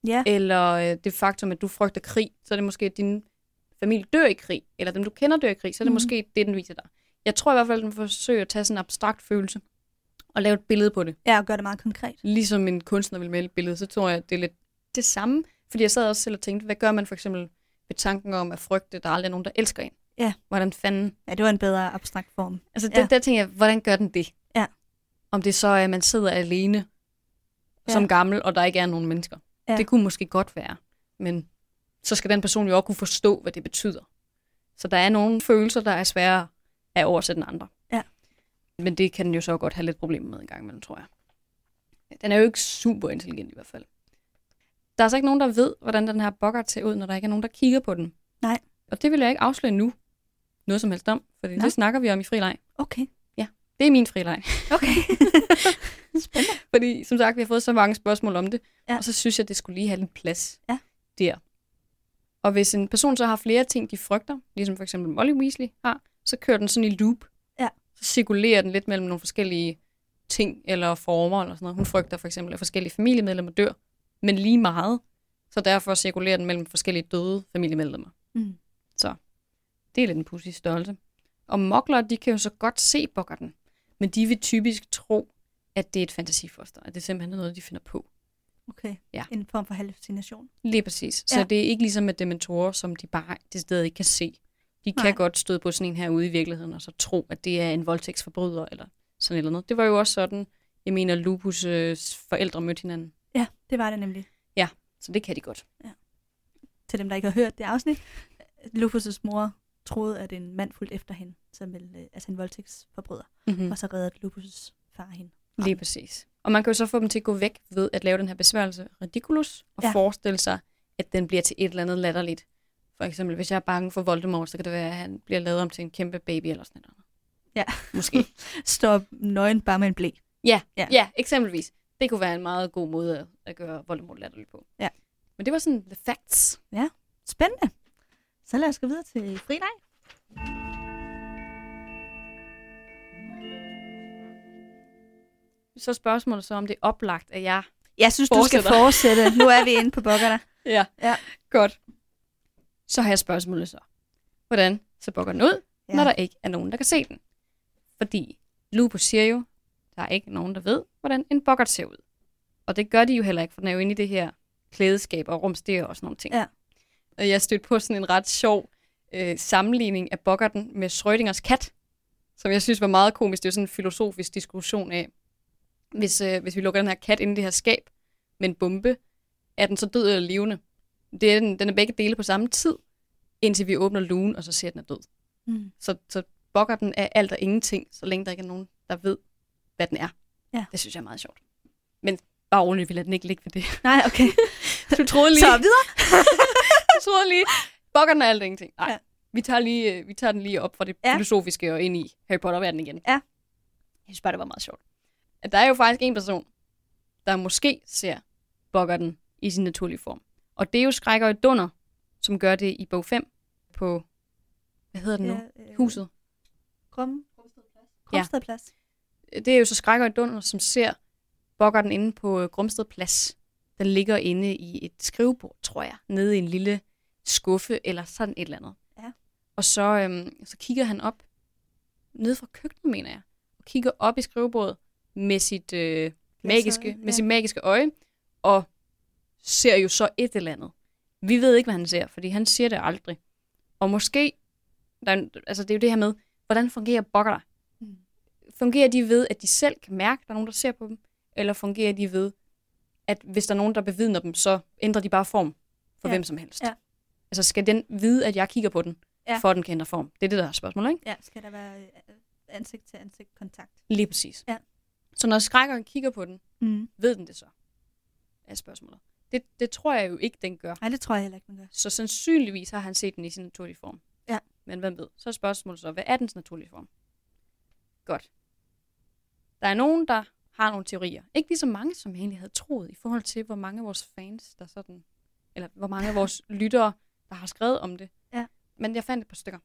ja,
Eller øh, det faktum, at du frygter krig, så er det måske, at din familie dør i krig. Eller dem, du kender, dør i krig, så er det mm.
Mhm.
måske det, den viser dig. Jeg tror i hvert fald, at den forsøger at tage sådan en abstrakt følelse og lave et billede på det.
ja, og gør det meget konkret.
ligesom en kunstner vil male et billede, så tror jeg, at det er lidt det samme. Fordi jeg sad også selv og tænkte, hvad gør man for eksempel ved tanken om at frygte, at der aldrig er nogen, der elsker en?
Ja.
Hvordan fanden?
Ja, det var en bedre abstrakt form.
Altså, det,
Ja.
der tænker jeg, hvordan gør den det?
Ja.
Om det så er, at man sidder alene ja. som
Ja.
gammel, og der ikke er nogen mennesker.
Ja.
Det kunne måske godt være. Men så skal den person jo også kunne forstå, hvad det betyder. Så der er nogle følelser, der er sværere at oversætte end andre.
Ja.
Men det kan den jo så godt have lidt problemer med en gang imellem, tror jeg. Den er jo ikke super intelligent i hvert fald. Der er så ikke nogen, der ved, hvordan den her bokkert ser ud, når der ikke er nogen, der kigger på den.
Nej.
Og det vil jeg ikke afsløre nu. Noget som helst om, for
Nå.
det snakker vi om i frileg.
Okay.
Det er min frileg.
Okay. spændende.
Fordi som sagt, vi har fået så mange spørgsmål om det,
Ja.
ja. og så synes jeg, det skulle lige have lidt plads
Ja.
der. Og hvis en person så har flere ting, de frygter, ligesom for eksempel Molly Weasley har, så kører den sådan i loop.
Ja.
Så cirkulerer den lidt mellem nogle forskellige ting eller former eller sådan noget. Hun frygter for eksempel, at forskellige familiemedlemmer dør, men lige meget. Så derfor cirkulerer den mellem forskellige døde familiemedlemmer.
Mm.
Så det er lidt en pudsig størrelse. Og mokler, de kan jo så godt se bokkerten, men de vil typisk tro, at det er et fantasifoster, at det simpelthen er noget, de finder på.
Okay,
Ja.
en form for hallucination.
Lige præcis. Så
Ja.
ja. det er ikke ligesom med dementorer, som de bare det stedet ikke kan se. De kan
Nej.
Nej. godt støde på sådan en herude i virkeligheden, og så tro, at det er en voldtægtsforbryder eller sådan et eller andet. Det var jo også sådan, jeg mener, Lupus' øh, forældre mødte hinanden.
Ja, det var det nemlig.
Så det kan de godt.
Til dem, der ikke har hørt det afsnit. Lupus' mor troede, at en mand fulgte efter hende, som ville, øh, altså en voldtægtsforbryder, mm.
Mm-hmm.
og så reddede Lupus' far hende.
Lige præcis. Og man kan jo så få dem til at gå væk ved at lave den her besværgelse ridiculous, og
Ja.
ja. forestille sig, at den bliver til et eller andet latterligt. For eksempel, hvis jeg er bange for Voldemort, så kan det være, at han bliver lavet om til en kæmpe baby eller sådan noget.
Ja.
Måske.
Står nøgen bare med en blæ.
Ja. ja, eksempelvis. Det kunne være en meget god måde at- at gøre Voldemort latterlig på.
Ja.
Men det var sådan the facts.
Spændende. Så lad os gå videre til frileg.
Så er spørgsmålet så, om det er oplagt, at jeg...
Jeg synes, du skal
Fortsætter.
fortsætte. Nu er vi inde på bokkerne.
Ja.
Ja.
Godt. Så har jeg spørgsmålet så. Hvordan så bukker den ud,
Ja.
ja. når der ikke er nogen, der kan se den? Fordi Lupus siger jo, der er ikke nogen, der ved, hvordan en bukkert ser ud. Og det gør de jo heller ikke, for den er jo inde i det her klædeskab og rumstere og sådan nogle ting.
Ja.
Og Jeg stødte på sådan en ret sjov øh, sammenligning af Bokkerten med Schrödingers kat, som jeg synes var meget komisk. Det er jo sådan en filosofisk diskussion af, hvis, øh, hvis vi lukker den her kat ind i det her skab med en bombe, er den så død eller levende? Det er den, den er begge dele på samme tid, indtil vi åbner lugen, og så ser at den er død.
Mm.
Så, så bokker den af alt og ingenting, så længe der ikke er nogen, der ved, hvad den er.
Ja.
Det synes jeg er meget sjovt. Men bare roligt, vi lader den ikke ligge ved det.
Nej, okay.
Du troede lige,
Så videre.
du troede lige, bokker den af alt og ingenting. Nej,
Ja.
ja. vi, tager lige, øh, vi tager den lige op fra det
Ja.
ja. filosofiske og ind i Harry Potter-verdenen igen.
Ja.
Jeg synes bare, det var meget sjovt. At der er jo faktisk en person, der måske ser bokker den i sin naturlige form. Og det er jo skrækker et dunder, som gør det i bog 5 på, hvad hedder den nu?
øh,
Huset.
Krumme.
Ja.
Krumsted Plads.
det er jo så skrækker et dunder, som ser bokker den inde på øh, Grumsted Plads. Den ligger inde i et skrivebord, tror jeg, nede i en lille skuffe eller sådan et eller andet.
Ja.
Og så, øhm, så kigger han op, nede fra køkkenet, mener jeg, og kigger op i skrivebordet med sit, øh, magiske,
ja.
ja. med sit magiske øje, og ser jo så et eller andet. Vi ved ikke, hvad han ser, fordi han siger det aldrig. Og måske, der, er en- altså det er jo det her med, hvordan fungerer bokker
Mm.
fungerer de ved, at de selv kan mærke, at der er nogen, der ser på dem? Eller fungerer de ved, at hvis der er nogen, der bevidner dem, så ændrer de bare form for
Ja.
ja. hvem som helst?
Ja.
Altså skal den vide, at jeg kigger på den,
Ja.
ja. for at den kan ændre form? Det er det, der er spørgsmålet, ikke?
Ja, skal der være øh, ansigt til ansigt kontakt.
Lige præcis.
Ja.
Så når skrækkeren kigger på den,
Mm.
ved den det så? Er spørgsmålet. Det, det tror jeg jo ikke, den gør.
Nej, det tror jeg heller ikke, man gør.
Så sandsynligvis har han set den i sin naturlige form.
Ja.
Men hvem ved? Så er spørgsmålet så, hvad er dens naturlige form? Godt. Der er nogen, der har nogle teorier. Ikke lige så mange, som jeg egentlig havde troet, i forhold til, hvor mange af vores fans, der sådan, eller hvor mange af vores lyttere, der har skrevet om det.
Ja.
Men jeg fandt et par stykker.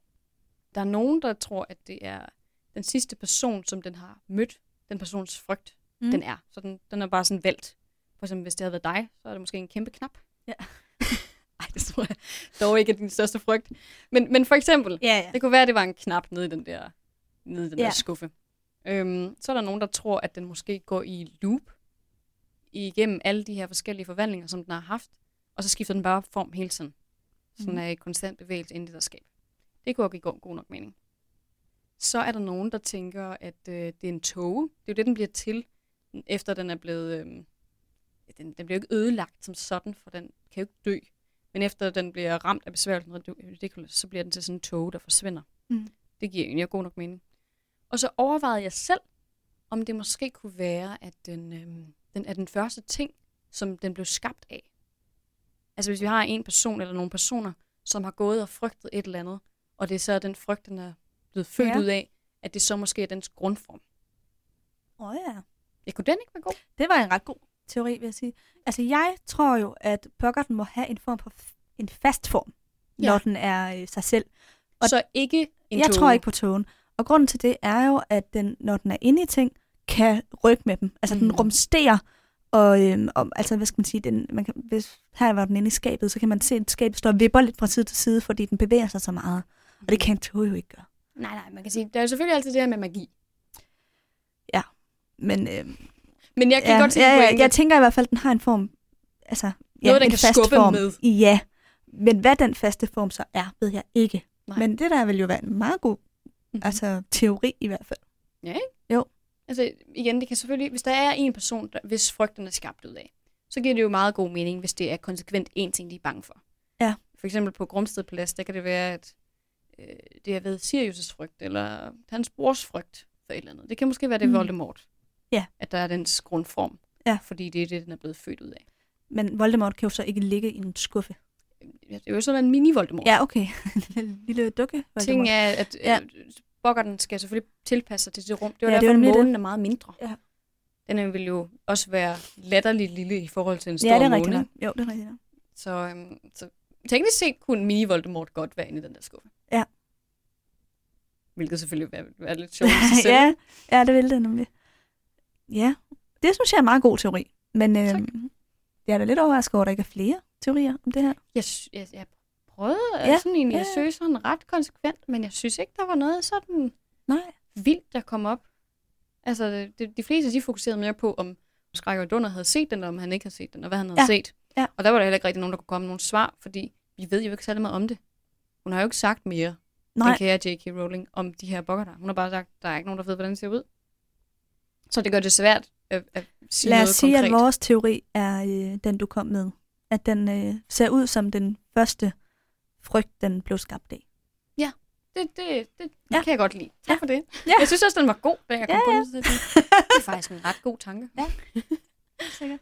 Der er nogen, der tror, at det er den sidste person, som den har mødt, den persons frygt,
Mm.
mm. den er. Så den, den er bare sådan vælt. For eksempel, hvis det havde været dig, så er det måske en kæmpe knap.
Ja.
Ej, det tror jeg dog ikke er din største frygt. Men, men for eksempel,
Ja, ja.
det kunne være, at det var en knap nede i den der, nede i den
Ja.
der skuffe. Øhm, så er der nogen, der tror, at den måske går i loop igennem alle de her forskellige forvandlinger, som den har haft, og så skifter den bare form hele tiden. Så den
Mhm.
er i konstant bevægelse ind i det der skab. Det kunne give god, god nok mening. Så er der nogen, der tænker, at øh, det er en tåge. Det er jo det, den bliver til, efter den er blevet... Øh, den, den bliver jo ikke ødelagt som sådan, for den kan jo ikke dø. Men efter den bliver ramt af besværgelsen ridiculous, så bliver den til sådan en tåge, der forsvinder.
Mhm.
Det giver egentlig god nok mening. Og så overvejede jeg selv, om det måske kunne være, at den, øhm, den er den første ting, som den blev skabt af. Altså hvis vi har en person eller nogle personer, som har gået og frygtet et eller andet, og det er så den frygt, den er blevet født
Ja.
ja. ud af, at det så måske er dens grundform.
Åh oh, ja.
Jeg kunne den ikke være god?
Det var en ret god teori, vil jeg sige. Altså, jeg tror jo, at pokkerten må have en form for f- en fast form,
Ja.
ja. når den er øh, sig selv. Og-
så ikke en
jeg
tåge.
tror ikke på tågen. Og grunden til det er jo, at den, når den er inde i ting, kan rykke med dem. Altså, mm. den
Mhm.
rumsterer. Og, øhm, og, altså, hvad skal man sige, den, man kan, hvis her var den inde i skabet, så kan man se, at skabet står og vipper lidt fra side til side, fordi den bevæger sig så meget. Og
Mm.
det kan en tog jo ikke gøre.
Nej, nej, man kan sige, der er jo selvfølgelig altid det her med magi.
Men øhm,
Men jeg kan
ja,
godt se
ja, ja,
pointen.
jeg tænker i hvert fald, at den har en form, altså ja,
Noget, den
en
kan
fast
skubbe
form.
med.
Ja, men hvad den faste form så er, ved jeg ikke.
Nej.
Nej. Men det der vil jo være en meget god
Mhm.
altså, teori i hvert fald.
Altså igen, det kan selvfølgelig, hvis der er en person, der, hvis frygten er skabt ud af, så giver det jo meget god mening, hvis det er konsekvent én ting, de er bange for.
Ja.
For eksempel på Grumstedplads, der kan det være, at øh, det er ved Sirius' frygt, eller hans brors frygt for et eller andet. Det kan måske være det mm.
Mm.
Voldemort.
Ja.
At der er dens grundform.
Ja.
Fordi det er det, den er blevet født ud af.
Men Voldemort kan jo så ikke ligge i en skuffe.
Ja, Det er jo sådan en mini-Voldemort.
Ja, okay. En lille dukke.
Ting er, at ja.
Ja.
øh, bokkerten skal selvfølgelig tilpasse sig til det rum. Det var
Ja,
ja,
det er
derfor,
nemlig
at
det.
månen er meget mindre.
Ja.
Den vil jo også være latterlig lille i forhold til en stor
ja, det er
måne.
rigtigt. nok. Jo, det er rigtigt. nok.
Så, øhm, så teknisk set kunne en mini-Voldemort godt være inde i den der skuffe.
Ja.
Hvilket selvfølgelig ville være, være lidt sjovt i sig selv.
ja, ja, det vil det nemlig. Ja, det synes jeg er en meget god teori. Men øh,
Tak.
jeg er da lidt overrasket over, at der ikke er flere teorier om det her.
Jeg, sy- jeg, jeg prøvede ja.
Ja,
sådan egentlig, jeg
ja, ja.
søgte sådan ret konsekvent, men jeg synes ikke, der var noget sådan
Nej.
vildt, der kom op. Altså, det- det, de fleste, de fokuserede mere på, om Skrækker Dunder havde set den, eller om han ikke havde set den, og hvad han havde
Ja,
set.
ja.
Og der var der heller ikke rigtig nogen, der kunne komme med nogle svar, fordi vi ved jo ikke særlig meget om det. Hun har jo ikke sagt mere, Nej. den
Nej,
kære J.K. Rowling, om de her bokker der. Hun har bare sagt, der er ikke nogen, der ved, hvordan det ser ud. Så det gør det svært at, at sige
lad os
noget
sige,
konkret.
at vores teori er øh, den, du kom med. At den øh, ser ud som den første frygt, den blev skabt af.
Det, det, det, det ja.
Ja.
kan jeg godt lide. Tak ja.
Ja.
for det. Ja.
Ja.
Jeg synes også, den var god, da jeg kom
Ja,
ja, på den. så
ja.
tænkte jeg, Det er faktisk en ret god tanke. Ja.
Sikkert.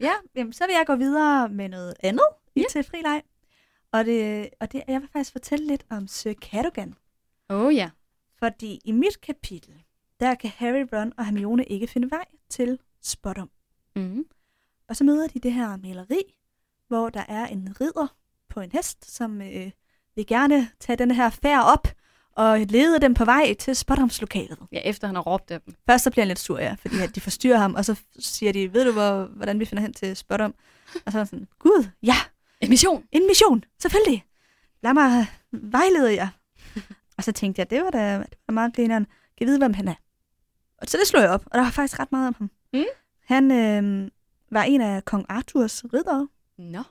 Ja, jamen, så vil jeg gå videre med noget andet i
Ja.
ja. til frileg. Og, det, og det, jeg vil faktisk fortælle lidt om Sir Cadogan.
Oh ja.
Fordi i mit kapitel, der kan Harry, Ron og Hermione ikke finde vej til Spottom.
Mm-hmm.
Og så møder de det her maleri, hvor der er en ridder på en hest, som øh, vil gerne tage den her færd op og lede dem på vej til Spottomslokalet.
Ja, efter han har råbt af dem.
Først så bliver han lidt sur, ja, fordi at de forstyrrer ham, og så siger de, ved du, hvor, hvordan vi finder hen til Spottom? Og så er han sådan, gud, ja,
Emission!
en mission, selvfølgelig. Lad mig øh, vejlede jer. og så tænkte jeg, det var da det var meget grineren. Kan vide, hvem han er? Og så det slog jeg op, og der var faktisk ret meget om ham.
Mm.
Han øh, var en af kong Arthurs riddere.
Nå.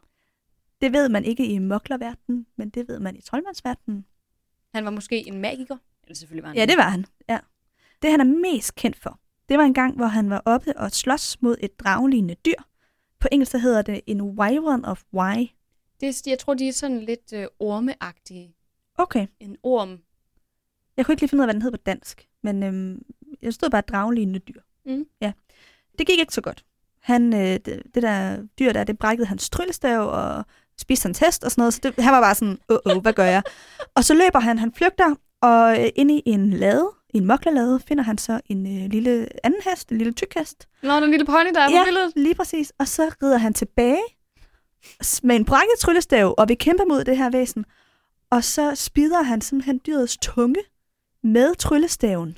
Det ved man ikke i moklerverdenen, men det ved man i troldmandsverdenen.
Han var måske en magiker. Eller selvfølgelig var han
Ja,
en-
det var han. Ja. Det, han er mest kendt for, det var en gang, hvor han var oppe og slås mod et dragelignende dyr. På engelsk så hedder det en wyvern of why.
det. Jeg tror, de er sådan lidt øh, ormeagtige.
Okay.
En orm.
Jeg kunne ikke lige finde ud af, hvad den hed på dansk, men øhm, jeg stod bare draglignende dyr.
Mm.
Ja. Det gik ikke så godt. Han, øh, det, det der dyr der, det brækkede hans tryllestav og spiste hans hest og sådan noget, så det, han var bare sådan, åh, oh, oh, hvad gør jeg? og så løber han, han flygter, og øh, inde i en lade, i en moklerlade, finder han så en øh, lille anden hest, en lille tyk hest,
Nå, den lille pony, der er på
Ja.
billedet.
Lige præcis. Og så rider han tilbage s- med en brækket tryllestav, og vi kæmper mod det her væsen. Og så spider han simpelthen dyrets tunge med tryllestaven.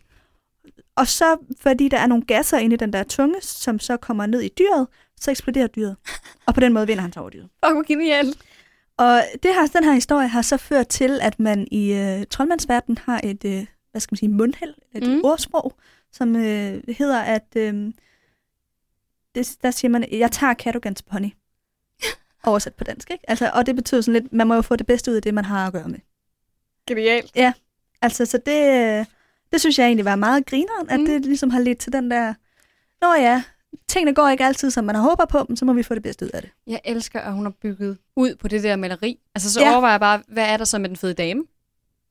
Og så, fordi der er nogle gasser inde i den der tunge, som så kommer ned i dyret, så eksploderer dyret. Og på den måde vinder han så over dyret.
Fuck, hvor genialt.
Og det her, den her historie har så ført til, at man i øh, troldmandsverdenen har et, øh, hvad skal man sige, mundhæld, et
Mm.
mm. ordsprog, som øh, hedder, at øh, det, der siger man, jeg tager Cadogans pony. Oversat på dansk, ikke? Altså, og det betyder sådan lidt, man må jo få det bedste ud af det, man har at gøre med.
Genialt.
Altså, så det, øh, det synes jeg egentlig var meget grineren, at
Mm.
mm. det ligesom har ledt til den der, nå ja, tingene går ikke altid, som man håber på, men så må vi få det bedste ud af det.
Jeg elsker, at hun har bygget ud på det der maleri. Altså, så ja.
Ja.
overvejer jeg bare, hvad er der så med den fede dame?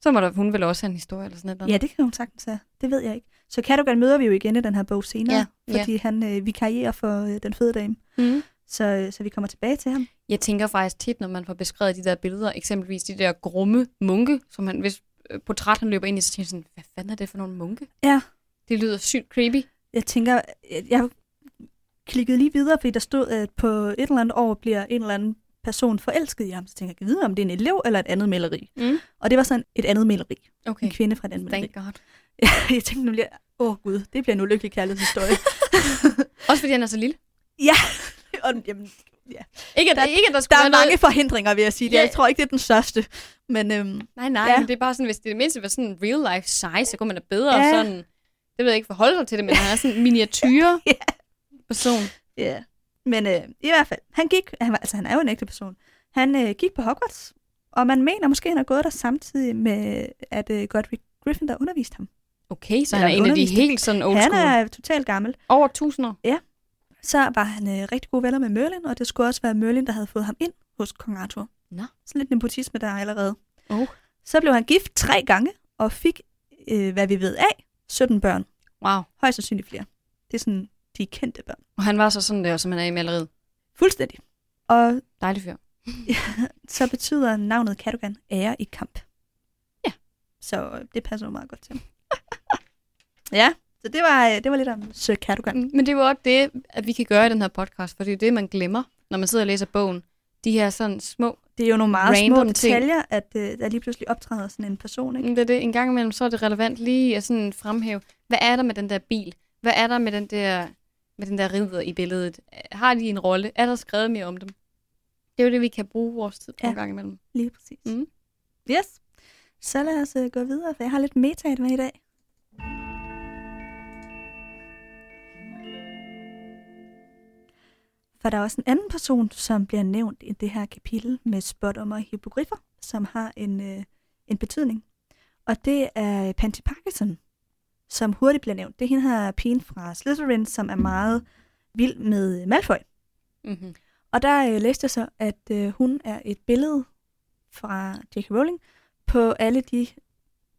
Så må der, hun vel også have en historie eller sådan noget.
Ja, det kan hun sagtens have. Det ved jeg ikke. Så Cadogan møder vi jo igen i den her bog senere,
Ja, ja.
fordi han øh, vikarierer for øh, den fede dame.
Mm.
Så, øh, så vi kommer tilbage til ham.
Jeg tænker faktisk tit, når man får beskrevet de der billeder, eksempelvis de der grumme munke, som han, hvis øh, portræt han løber ind i, så tænker jeg sådan, hvad fanden er det for nogle munke?
Ja.
Det lyder sygt creepy.
jeg tænker, jeg, jeg klikkede lige videre, fordi der stod, at på et eller andet år bliver en eller anden person forelsket i ham. Så tænker jeg, kan vide, om det er en elev eller et andet maleri.
Mm.
Og det var sådan et andet maleri. Okay.
Okay,
En kvinde fra et andet maleri.
thank God.
jeg tænkte nu lige, åh oh, gud, det bliver en ulykkelig kærlighedshistorie.
Også fordi han er så lille.
og, jamen,
Ikke, at der,
Der-
ikke, at der
der
skulle
er
være
mange forhindringer, vil jeg sige.
Ja.
Jeg tror ikke, det er den største. Men øhm,
Noget... Nej, nej,
Ja.
ja. men det er bare sådan, hvis det, i det mindste var sådan real life size, så kunne man da bedre
Ja.
ja. sådan... Det ved jeg ikke forholde sig til det, men han er sådan en miniatyre
Ja.
person.
Ja. Men øh, i hvert fald, han gik, han, var, altså han er jo en ægte person, han øh, gik på Hogwarts, og man mener måske, han har gået der samtidig med, at øh, Godric Gryffindor underviste ham.
Okay, så
Eller
han er en af de
underviste.
helt sådan old
han
school. Er...
er totalt gammel.
Over 1000 år.
Så var han øh, rigtig gode venner med Merlin, og det skulle også være Merlin, der havde fået ham ind hos kong Arthur.
Nå.
Så lidt nepotisme der allerede.
Oh.
Så blev han gift tre gange, og fik, øh, hvad vi ved af, 17 børn.
Wow.
Højst sandsynligt flere. Det er sådan de kendte børn.
Og han var så sådan der, som han er i maleriet.
Fuldstændig. Og
Dejlig fyr.
så betyder navnet Cadogan ære i kamp.
Ja.
Så øh, det passer jo meget godt til. ja, så det var, øh, det var lidt om Sir Cadogan.
Mm. Men det er jo også det, at vi kan gøre i den her podcast, for det er det, man glemmer, når man sidder og læser bogen. De her sådan små...
Det er jo nogle meget små
Random ting.
detaljer, at øh, der lige pludselig optræder sådan en person. Ikke?
Det er det. En gang imellem, så er det relevant lige at sådan fremhæve, hvad er der med den der bil? Hvad er der med den der, med den der ridder i billedet? Har de en rolle? Er der skrevet mere om dem? Det er jo det, vi kan bruge vores tid på
Ja.
ja. en gang imellem.
Lige præcis.
Mm.
Yes. Så lad os øh, gå videre, for jeg har lidt metaet med i dag. For der er også en anden person, som bliver nævnt i det her kapitel med spådommer og hippogriffer, som har en, øh, en betydning. Og det er Panty Parkinson, som hurtigt bliver nævnt. Det er hende her pigen fra Slytherin, som er meget vild med Malfoy.
Mm-hmm.
Og der øh, læste jeg så, at øh, hun er et billede fra J.K. Rowling på alle de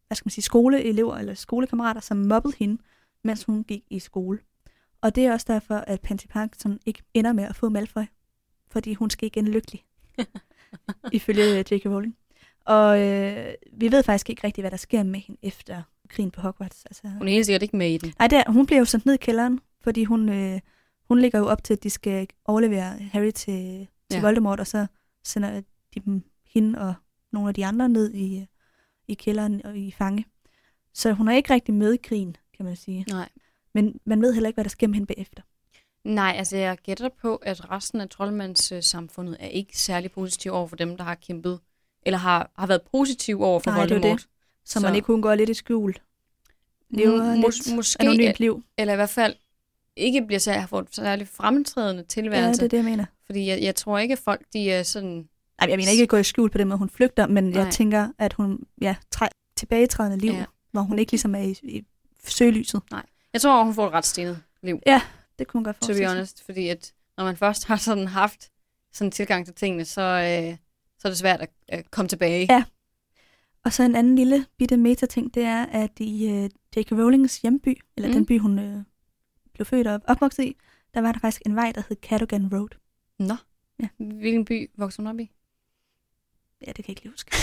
hvad skal man sige, skoleelever eller skolekammerater, som mobbede hende, mens hun gik i skole. Og det er også derfor, at Pansy Parkinson ikke ender med at få Malfoy, fordi hun skal igen lykkelig, ifølge øh, J.K. Rowling. Og øh, vi ved faktisk ikke rigtigt, hvad der sker med hende efter krigen på Hogwarts. Altså,
Hun er helt sikkert ikke med i den.
Nej, der, hun bliver jo sendt ned i kælderen, fordi hun, øh, hun ligger jo op til, at de skal overlevere Harry til, til ja.
Ja.
Voldemort, og så sender de dem, hende og nogle af de andre ned i, i kælderen og i fange. Så hun er ikke rigtig med i krigen, kan man sige.
Nej.
Men man ved heller ikke, hvad der sker med hende bagefter.
Nej, altså jeg gætter på, at resten af troldmandssamfundet er ikke særlig positiv over for dem, der har kæmpet, eller har, har været positiv over for
Nej, det er jo
Voldemort.
det. Så, så. man
Så-
ikke kunne gå lidt i skjul. Lever
Mm,
mm,
mås-
lidt
måske, e-,
anonymt liv.
eller i hvert fald ikke bliver særlig, har fået særlig fremtrædende
Ja, det
tilværelse.
er det, jeg mener.
Fordi jeg, jeg tror ikke, at folk de er sådan...
Ej, jeg mener ikke at gå i skjul på den måde, hun flygter, men Nej. jeg
Nej.
tænker, at hun ja, træ, tilbagetrædende liv, ja.
Ja.
hvor hun ikke ligesom er i, i søgelyset.
Jeg tror, hun får et ret stenet liv,
Det kunne man godt
to
forestille
be
sig.
honest. Fordi at når man først har sådan haft sådan en tilgang til tingene, så, øh, så er det svært at øh, komme tilbage.
Ja. Og så en anden lille bitte meta-ting, det er, at i øh, J.K. Rowlings hjemby, eller mm.
Mm.
den by, hun øh, blev født og opvokset i, der var der faktisk en vej, der hed Cadogan Road.
Nå.
Ja.
Hvilken by voksede hun op i?
Ja, det kan jeg ikke lige huske.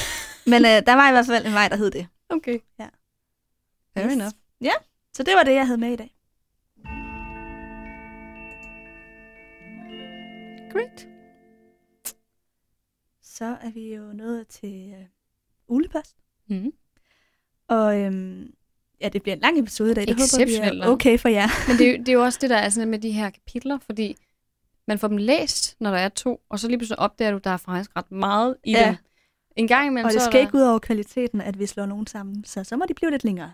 Men øh, der var i hvert fald en vej, der hed det.
Okay.
Ja.
Fair
Yes.
yes. enough.
Så det var det, jeg havde med i dag. Great. Så er vi jo nået til øh, ulepost. Mm-hmm.
Mm.
Og øhm, ja, det bliver en lang episode i dag. Det håber vi
Exceptionelt
er
lang.
okay for jer.
Men det, er jo- det er jo også det, der er sådan med de her kapitler, fordi man får dem læst, når der er to, og så lige pludselig opdager du, at der er faktisk ret meget i
Ja.
ja. dem. En gang imellem,
Og det
så er
skal
der...
ikke ud over kvaliteten, at vi slår nogen sammen, så så må de blive lidt længere.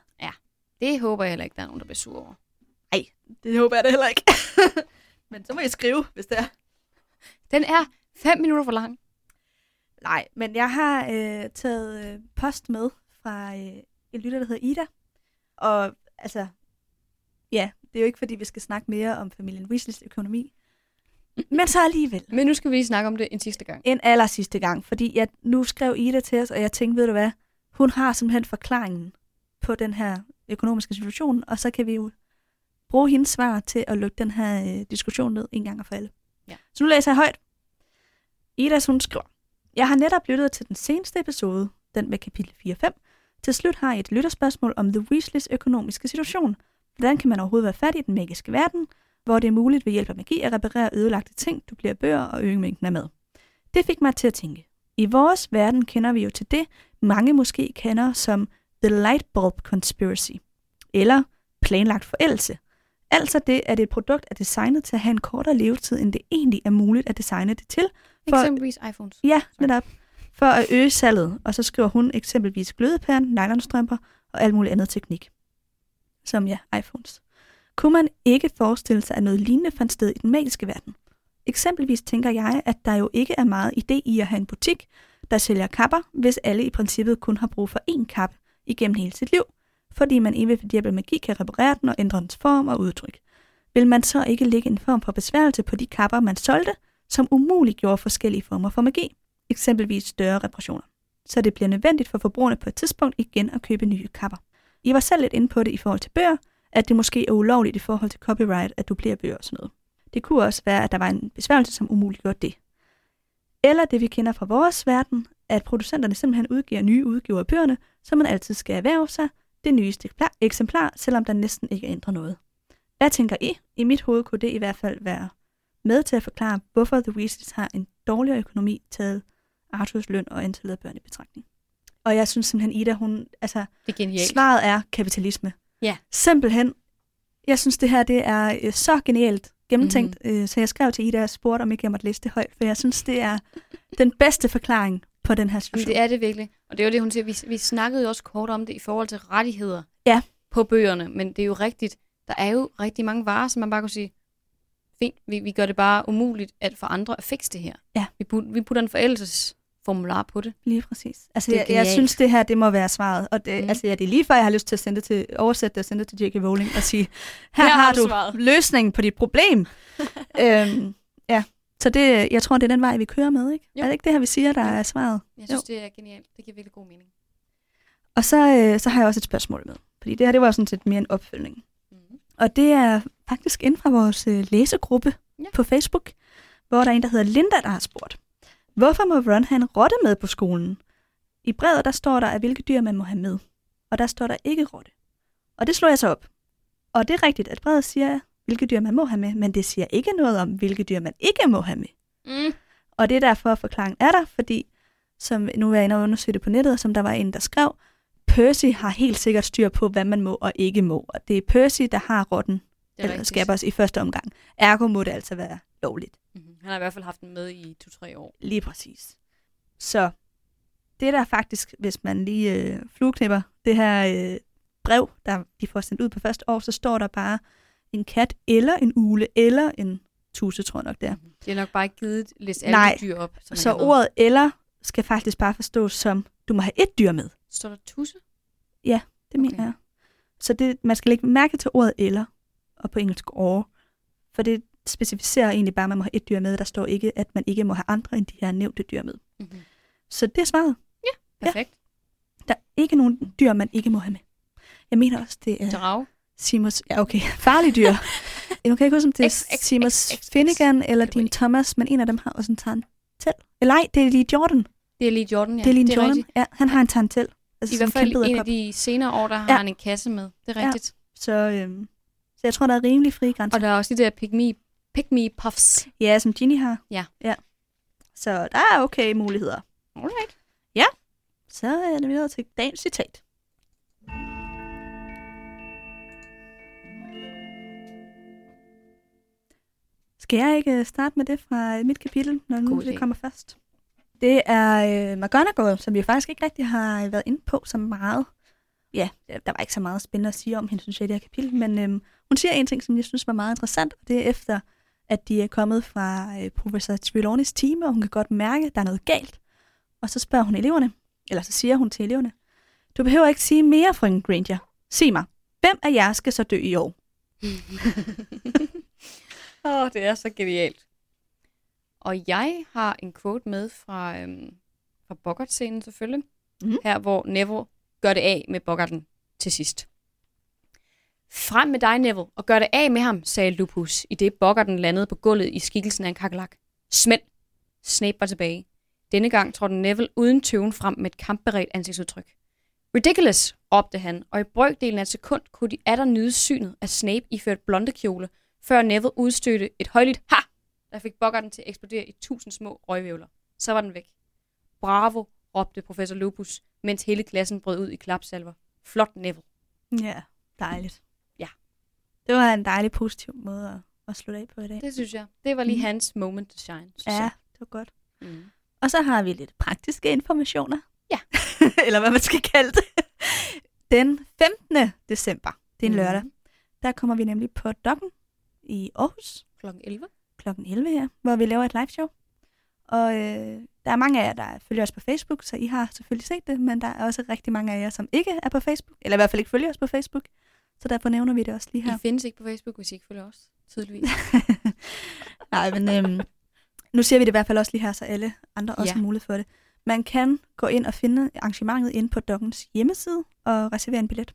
Det håber jeg heller ikke, der er nogen, der bliver sur over.
Det håber jeg da heller ikke. men så må jeg skrive, hvis det er.
Den er fem minutter for lang.
Nej, men jeg har øh, taget øh, post med fra øh, en lytter, der hedder Ida. Og altså, ja, det er jo ikke, fordi vi skal snakke mere om familien Weasleys økonomi. Men så alligevel.
Men nu skal vi lige snakke om det en sidste gang.
En aller sidste gang, fordi jeg, nu skrev Ida til os, og jeg tænkte, ved du hvad, hun har simpelthen forklaringen på den her økonomiske situation, og så kan vi jo bruge hendes svar til at lukke den her øh, diskussion ned en gang og for alle.
Ja.
Så nu læser jeg højt. Idas, hun skriver, Jeg har netop lyttet til den seneste episode, den med kapitel 4-5. Til slut har jeg et lytterspørgsmål om The Weasleys økonomiske situation. Hvordan kan man overhovedet være fat i den magiske verden, hvor det er muligt ved hjælp af magi at reparere ødelagte ting, dublere bøger og øge mængden af mad? Det fik mig til at tænke. I vores verden kender vi jo til det, mange måske kender som The Light Bulb Conspiracy, eller planlagt forældelse. Altså det, at et produkt er designet til at have en kortere levetid, end det egentlig er muligt at designe det til, For-
Eksempelvis iPhones.
Ja, netop. For at øge salget. Og så skriver hun eksempelvis glødepæren, nylonstrømper og alt muligt andet teknik. Som ja, iPhones. Kunne man ikke forestille sig, at noget lignende fandt sted i den magiske verden? Eksempelvis tænker jeg, at der jo ikke er meget idé i at have en butik, der sælger kapper, hvis alle i princippet kun har brug for én kappe igennem hele sit liv, fordi man ikke ved hjælp af magi kan reparere den og ændre dens form og udtryk. Vil man så ikke lægge en form for besværgelse på de kapper, man solgte, som umuliggjorde forskellige former for magi, eksempelvis større reparationer. Så det bliver nødvendigt for forbrugerne på et tidspunkt igen at købe nye kapper. I var selv lidt inde på det i forhold til bøger, at det måske er ulovligt i forhold til copyright at dublere bøger og sådan noget. Det kunne også være, at der var en besværgelse, som umuliggjorde det. Eller det vi kender fra vores verden, at producenterne simpelthen udgiver nye udgiver af bøgerne, så man altid skal erhverve sig det nyeste ekspla- eksemplar, selvom der næsten ikke er ændret noget. Hvad tænker I? I mit hoved kunne det i hvert fald være med til at forklare, hvorfor The Weasleys har en dårligere økonomi taget Arthurs løn og antallet af børn i betragtning. Og jeg synes simpelthen, Ida, hun, altså,
Det er genialt.
svaret er kapitalisme.
Ja.
Simpelthen. Jeg synes, det her det er øh, så genialt gennemtænkt,
Mhm.
mm-hmm. øh, så jeg skrev til Ida og spurgte, om ikke jeg måtte læse det højt, for jeg synes, det er den bedste forklaring på den her
Jamen,
situation.
det er det virkelig. Og det er jo det, hun siger. Vi, vi snakkede jo også kort om det i forhold til rettigheder
Ja.
på bøgerne, men det er jo rigtigt. Der er jo rigtig mange varer, som man bare kunne sige, fint, vi, vi gør det bare umuligt at for andre at fikse det her.
Ja.
Vi, put, vi putter en forældelsesformular på det.
Lige præcis. Altså,
Det er
jeg, jeg
genialt.
synes, det her, det må være svaret. Og det, mm.
Mm.
altså, ja, det er lige før, jeg har lyst til at sende det til, oversætte det og sende det til J.K. Rowling og sige, her, her har du
svaret.
løsningen på dit problem. øhm, ja, så det, jeg tror, det er den vej, vi kører med, ikke?
Jo.
Er det ikke det her, vi siger, der er svaret?
Jeg synes, det er genialt. Det giver virkelig god mening.
Og så, øh, så har jeg også et spørgsmål med. Fordi det her, det var sådan set mere en opfølgning.
Mm-hmm.
Og det er faktisk inden fra vores øh, læsegruppe ja.
Ja.
på Facebook, hvor der er en, der hedder Linda, der har spurgt, hvorfor må Ron have en rotte med på skolen? I brevet, der står der, at hvilke dyr man må have med. Og der står der ikke rotte. Og det slår jeg så op. Og det er rigtigt, at brevet siger, hvilke dyr man må have med, men det siger ikke noget om, hvilke dyr man ikke må have med.
Mm.
Og det er derfor, at forklaringen er der, fordi, som nu er jeg inde og undersøge det på nettet, og som der var en, der skrev, Percy har helt sikkert styr på, hvad man må og ikke må. Og det er Percy, der har rotten,
Det er
eller
rigtigt.
skaber os i første omgang. Ergo må det altså være lovligt.
Mm-hmm. Han har i hvert fald haft den med i to-tre år.
Lige præcis. Så det der faktisk, hvis man lige øh, flueknipper det her øh, brev, der de får sendt ud på første år, så står der bare en kat, eller en ule, eller en tusse, tror jeg nok det er.
Mm-hmm. Det er nok bare ikke givet list alle
Nej.
de dyr op. Som han
Så
har med.
ordet eller skal faktisk bare forstås som, du må have et dyr med.
Står der tusse?
Det okay. mener
Okay.
jeg. Så det, man skal lægge mærke til ordet eller, og på engelsk or, for det specificerer egentlig bare, at man må have et dyr med. Der står ikke, at man ikke må have andre end de her nævnte dyr med.
Mm-hmm.
Så det er svaret.
Perfekt.
Der er ikke nogen dyr, man ikke må have med. Jeg mener også, det
Ja.
er
Drage.
Simons... Ja, okay. Farlige dyr. nu kan jeg ikke huske, om det
X,
er
X, X, X,
Simons
X.
Finnegan eller
Kan du
din
ikke?
Thomas, men en af dem har også en tarantel. Eller nej, det er lige Jordan. Ja,
Det er lige Jordan, ja.
det er lige en Jordan.
rigtigt.
Ja, han har en
I
tarantel. Altså
hvert
sådan
fald
en kæmpe
en af
edderkop.
de senere år, der har
Ja.
han en kasse med. Det er
Ja.
rigtigt.
Så, øhm, så jeg tror, der er rimelig frie grænser.
Og der er også de der pick me, pick me puffs.
Ja, som Ginny har.
Ja.
ja. Så der er okay muligheder.
Alright.
Så er det videre til dagens citat. Skal jeg ikke øh, starte med det fra øh, mit kapitel, når nu
God
det
idé.
kommer først? Det er øh, McGonagall, som vi jo faktisk ikke rigtig har øh, været inde på så meget. Ja, der var ikke så meget spændende at sige om hende, synes jeg, i det her kapitel, men øhm, hun siger en ting, som jeg synes var meget interessant, og det er efter, at de er kommet fra øh, professor Trelawneys time, og hun kan godt mærke, at der er noget galt. Og så spørger hun eleverne, eller så siger hun til eleverne, du behøver ikke sige mere, frøken Granger. Sig mig, hvem af jer skal så dø i år?
Åh, oh, det er så genialt. Og jeg har en quote med fra, øhm, fra Bogart-scenen selvfølgelig.
Mhm.
Mm-hmm. Her, hvor Neville gør det af med Bogarten til sidst. Frem med dig, Neville, og gør det af med ham, sagde Lupus, i det Bogarten landede på gulvet i skikkelsen af en kakelak. Smæld! Snape var tilbage. Denne gang trådte Neville uden tøven frem med et kampberedt ansigtsudtryk. Ridiculous! råbte han, og i brøkdelen af et sekund kunne de atter nyde synet af Snape iført blondekjole, før Neville udstødte et højligt ha, der fik bokkerten til at eksplodere i tusind små røgvævler. Så var den væk. Bravo, råbte professor Lupus, mens hele klassen brød ud i klapsalver. Flot Neville.
Ja, dejligt.
Ja.
Det var en dejlig positiv måde at, at slutte af på i dag.
Det synes jeg. Det var lige
Mhm.
hans moment to shine. synes
ja,
jeg.
det var godt.
Mm.
Og så har vi lidt praktiske informationer.
Ja.
Eller hvad man skal kalde det. Den 15. december, det er en
Mhm.
lørdag, der kommer vi nemlig på Dokken i Aarhus
Klokken 11.
kl. 11 her, hvor vi laver et live show. Og øh, der er mange af jer, der følger os på Facebook, så I har selvfølgelig set det, men der er også rigtig mange af jer, som ikke er på Facebook, eller i hvert fald ikke følger os på Facebook. Så derfor nævner vi det også lige her.
Ja. I findes ikke på Facebook, hvis I ikke følger os. Tydeligvis.
Nej, men øhm, nu siger vi det i hvert fald også lige her, så alle andre også
Ja.
ja. har mulighed for det. Man kan gå ind og finde arrangementet inde på Dokkens hjemmeside og reservere en billet.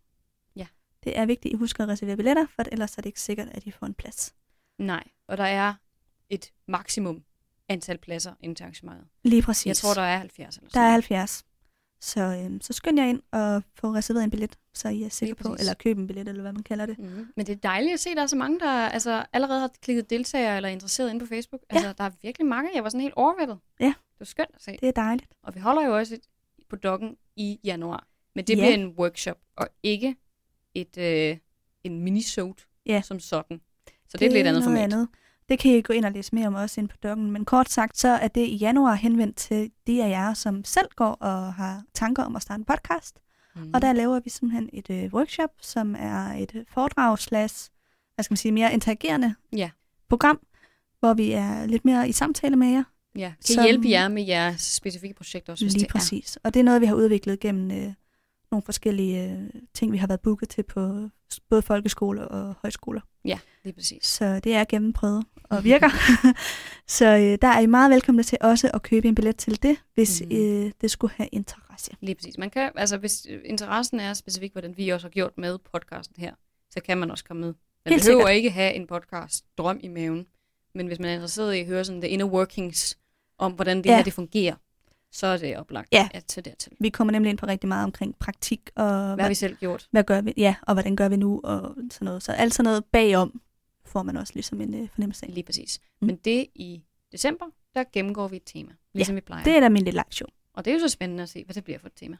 Ja.
Det er vigtigt, at I husker at reservere billetter, for ellers er det ikke sikkert, at I får en plads.
Nej, og der er et maksimum antal pladser inden til arrangementet.
Lige præcis.
Jeg tror, der er 70 eller
der
sådan
er
noget.
70. Så, øhm, så skynd jer ind og få reserveret en billet, så I er sikre på,
præcis.
eller køb en billet, eller hvad man kalder det.
Mhm. Men det er dejligt at se, at der er så mange, der altså, allerede har klikket deltager eller er interesseret inde på Facebook. Altså, der er virkelig mange. Jeg var sådan helt overvældet.
Ja.
Det var skønt at se.
Det er dejligt.
Og vi holder jo også et på dokken i januar. Men det
Ja.
bliver en workshop, og ikke et, øh, en minisode
Ja.
som sådan. Så det, er et lidt andet
noget
format. Andet.
Det kan I gå ind og læse mere om også inde på dokken. Men kort sagt, så er det i januar henvendt til de af jer, som selv går og har tanker om at starte en podcast.
Mm.
Mm. Og der laver vi simpelthen et øh, workshop, som er et øh, foredrag slash, hvad skal man sige, mere interagerende
Ja.
program, hvor vi er lidt mere i samtale med jer.
ja. kan som...
som-
hjælpe jer med jeres specifikke projekter også, hvis
Lige
det
præcis. Og det er noget, vi har udviklet gennem øh, nogle forskellige øh, ting, vi har været booket til på s- både folkeskoler og højskoler.
er. Lige præcis.
Så det er gennemprøvet og virker. Så øh, der er I meget velkomne til også at købe en billet til det, hvis
Mhm.
mm. øh, det skulle have interesse.
Lige præcis. Man kan, altså, hvis øh, interessen er specifik, hvordan vi også har gjort med podcasten her, så kan man også komme med. Man
Helt
Helt behøver sikkert. ikke have en podcast drøm i maven, men hvis man er interesseret i at høre sådan the inner workings om, hvordan det ja.
Ja.
her det fungerer, så er det oplagt
Ja.
at tage dertil.
Vi kommer nemlig ind på rigtig meget omkring praktik og
Hvad har vi selv gjort?
hvad gør vi, ja, og hvordan gør vi nu, og sådan noget. Så alt sådan noget bagom får man også ligesom en øh, fornemmelse af.
Lige præcis. Mm.
Mm.
Men det i december, der gennemgår vi et tema, ligesom ja, vi plejer.
Det
Det...
er da min lille live show.
Og det er jo så spændende at se, hvad det bliver for et tema.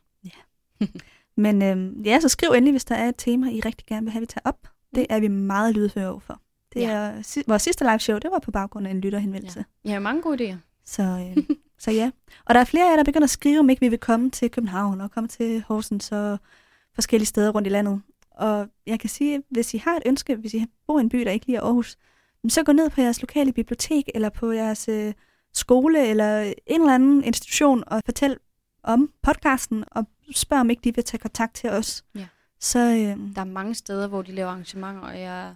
Men øh, ja, så skriv endelig, hvis der er et tema, I rigtig gerne vil have, vi tager op. Det er vi meget lydhøre overfor. Det
Ja.
ja. er, si- vores sidste live show, det var på baggrund af en lytterhenvendelse. Ja.
Jeg har mange gode idéer.
Så, øh, så ja. Og der er flere af jer, der begynder at skrive, om ikke vi vil komme til København og komme til Horsens og forskellige steder rundt i landet. Og jeg kan sige, hvis I har et ønske, hvis I bor i en by, der ikke lige er Aarhus, jamen så gå ned på jeres lokale bibliotek eller på jeres øh, skole eller en eller anden institution og fortæl om podcasten og spørg, om ikke de vil tage kontakt til os.
Ja.
Så øh,
Der er mange steder, hvor de laver arrangementer, og jeg,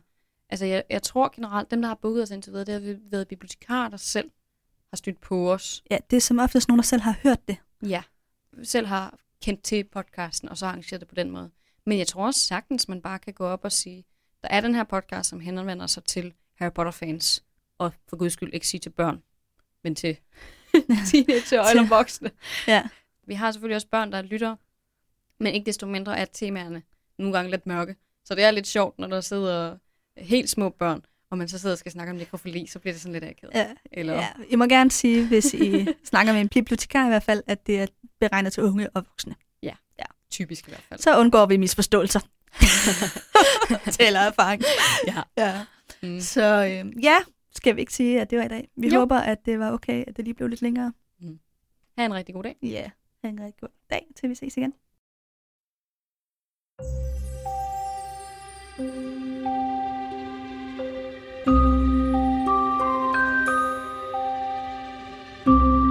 altså jeg, jeg tror generelt, dem, der har booket os indtil videre, det har været bibliotekarer, der selv har stødt på os.
ja, det er som oftest nogen, der selv har hørt det.
Ja. Selv har kendt til podcasten, og så arrangeret det på den måde. Men jeg tror også sagtens, man bare kan gå op og sige, der er den her podcast, som henvender sig til Harry Potter-fans, og for guds skyld ikke sige til børn, men til teenager eller voksne.
Ja.
Vi har selvfølgelig også børn, der lytter, men ikke desto mindre er temaerne nogle gange lidt mørke. Så det er lidt sjovt, når der sidder helt små børn, og man så sidder og skal snakke om nekrofili, så bliver det sådan lidt akavet.
Ja,
Eller,
Ja, I må gerne sige, hvis I snakker med en bibliotekar i hvert fald, at det er beregnet til unge og voksne.
typisk i hvert fald.
Så undgår vi misforståelser. Taler erfaring.
Ja.
ja.
Mm.
Så øh, ja, skal vi ikke sige, at det var i dag. Vi
Jo.
jo. håber, at det var okay, at det lige blev lidt længere.
Ha' en rigtig god dag.
Ja. Yeah. Ha' en rigtig god dag, til vi ses igen.
Mm.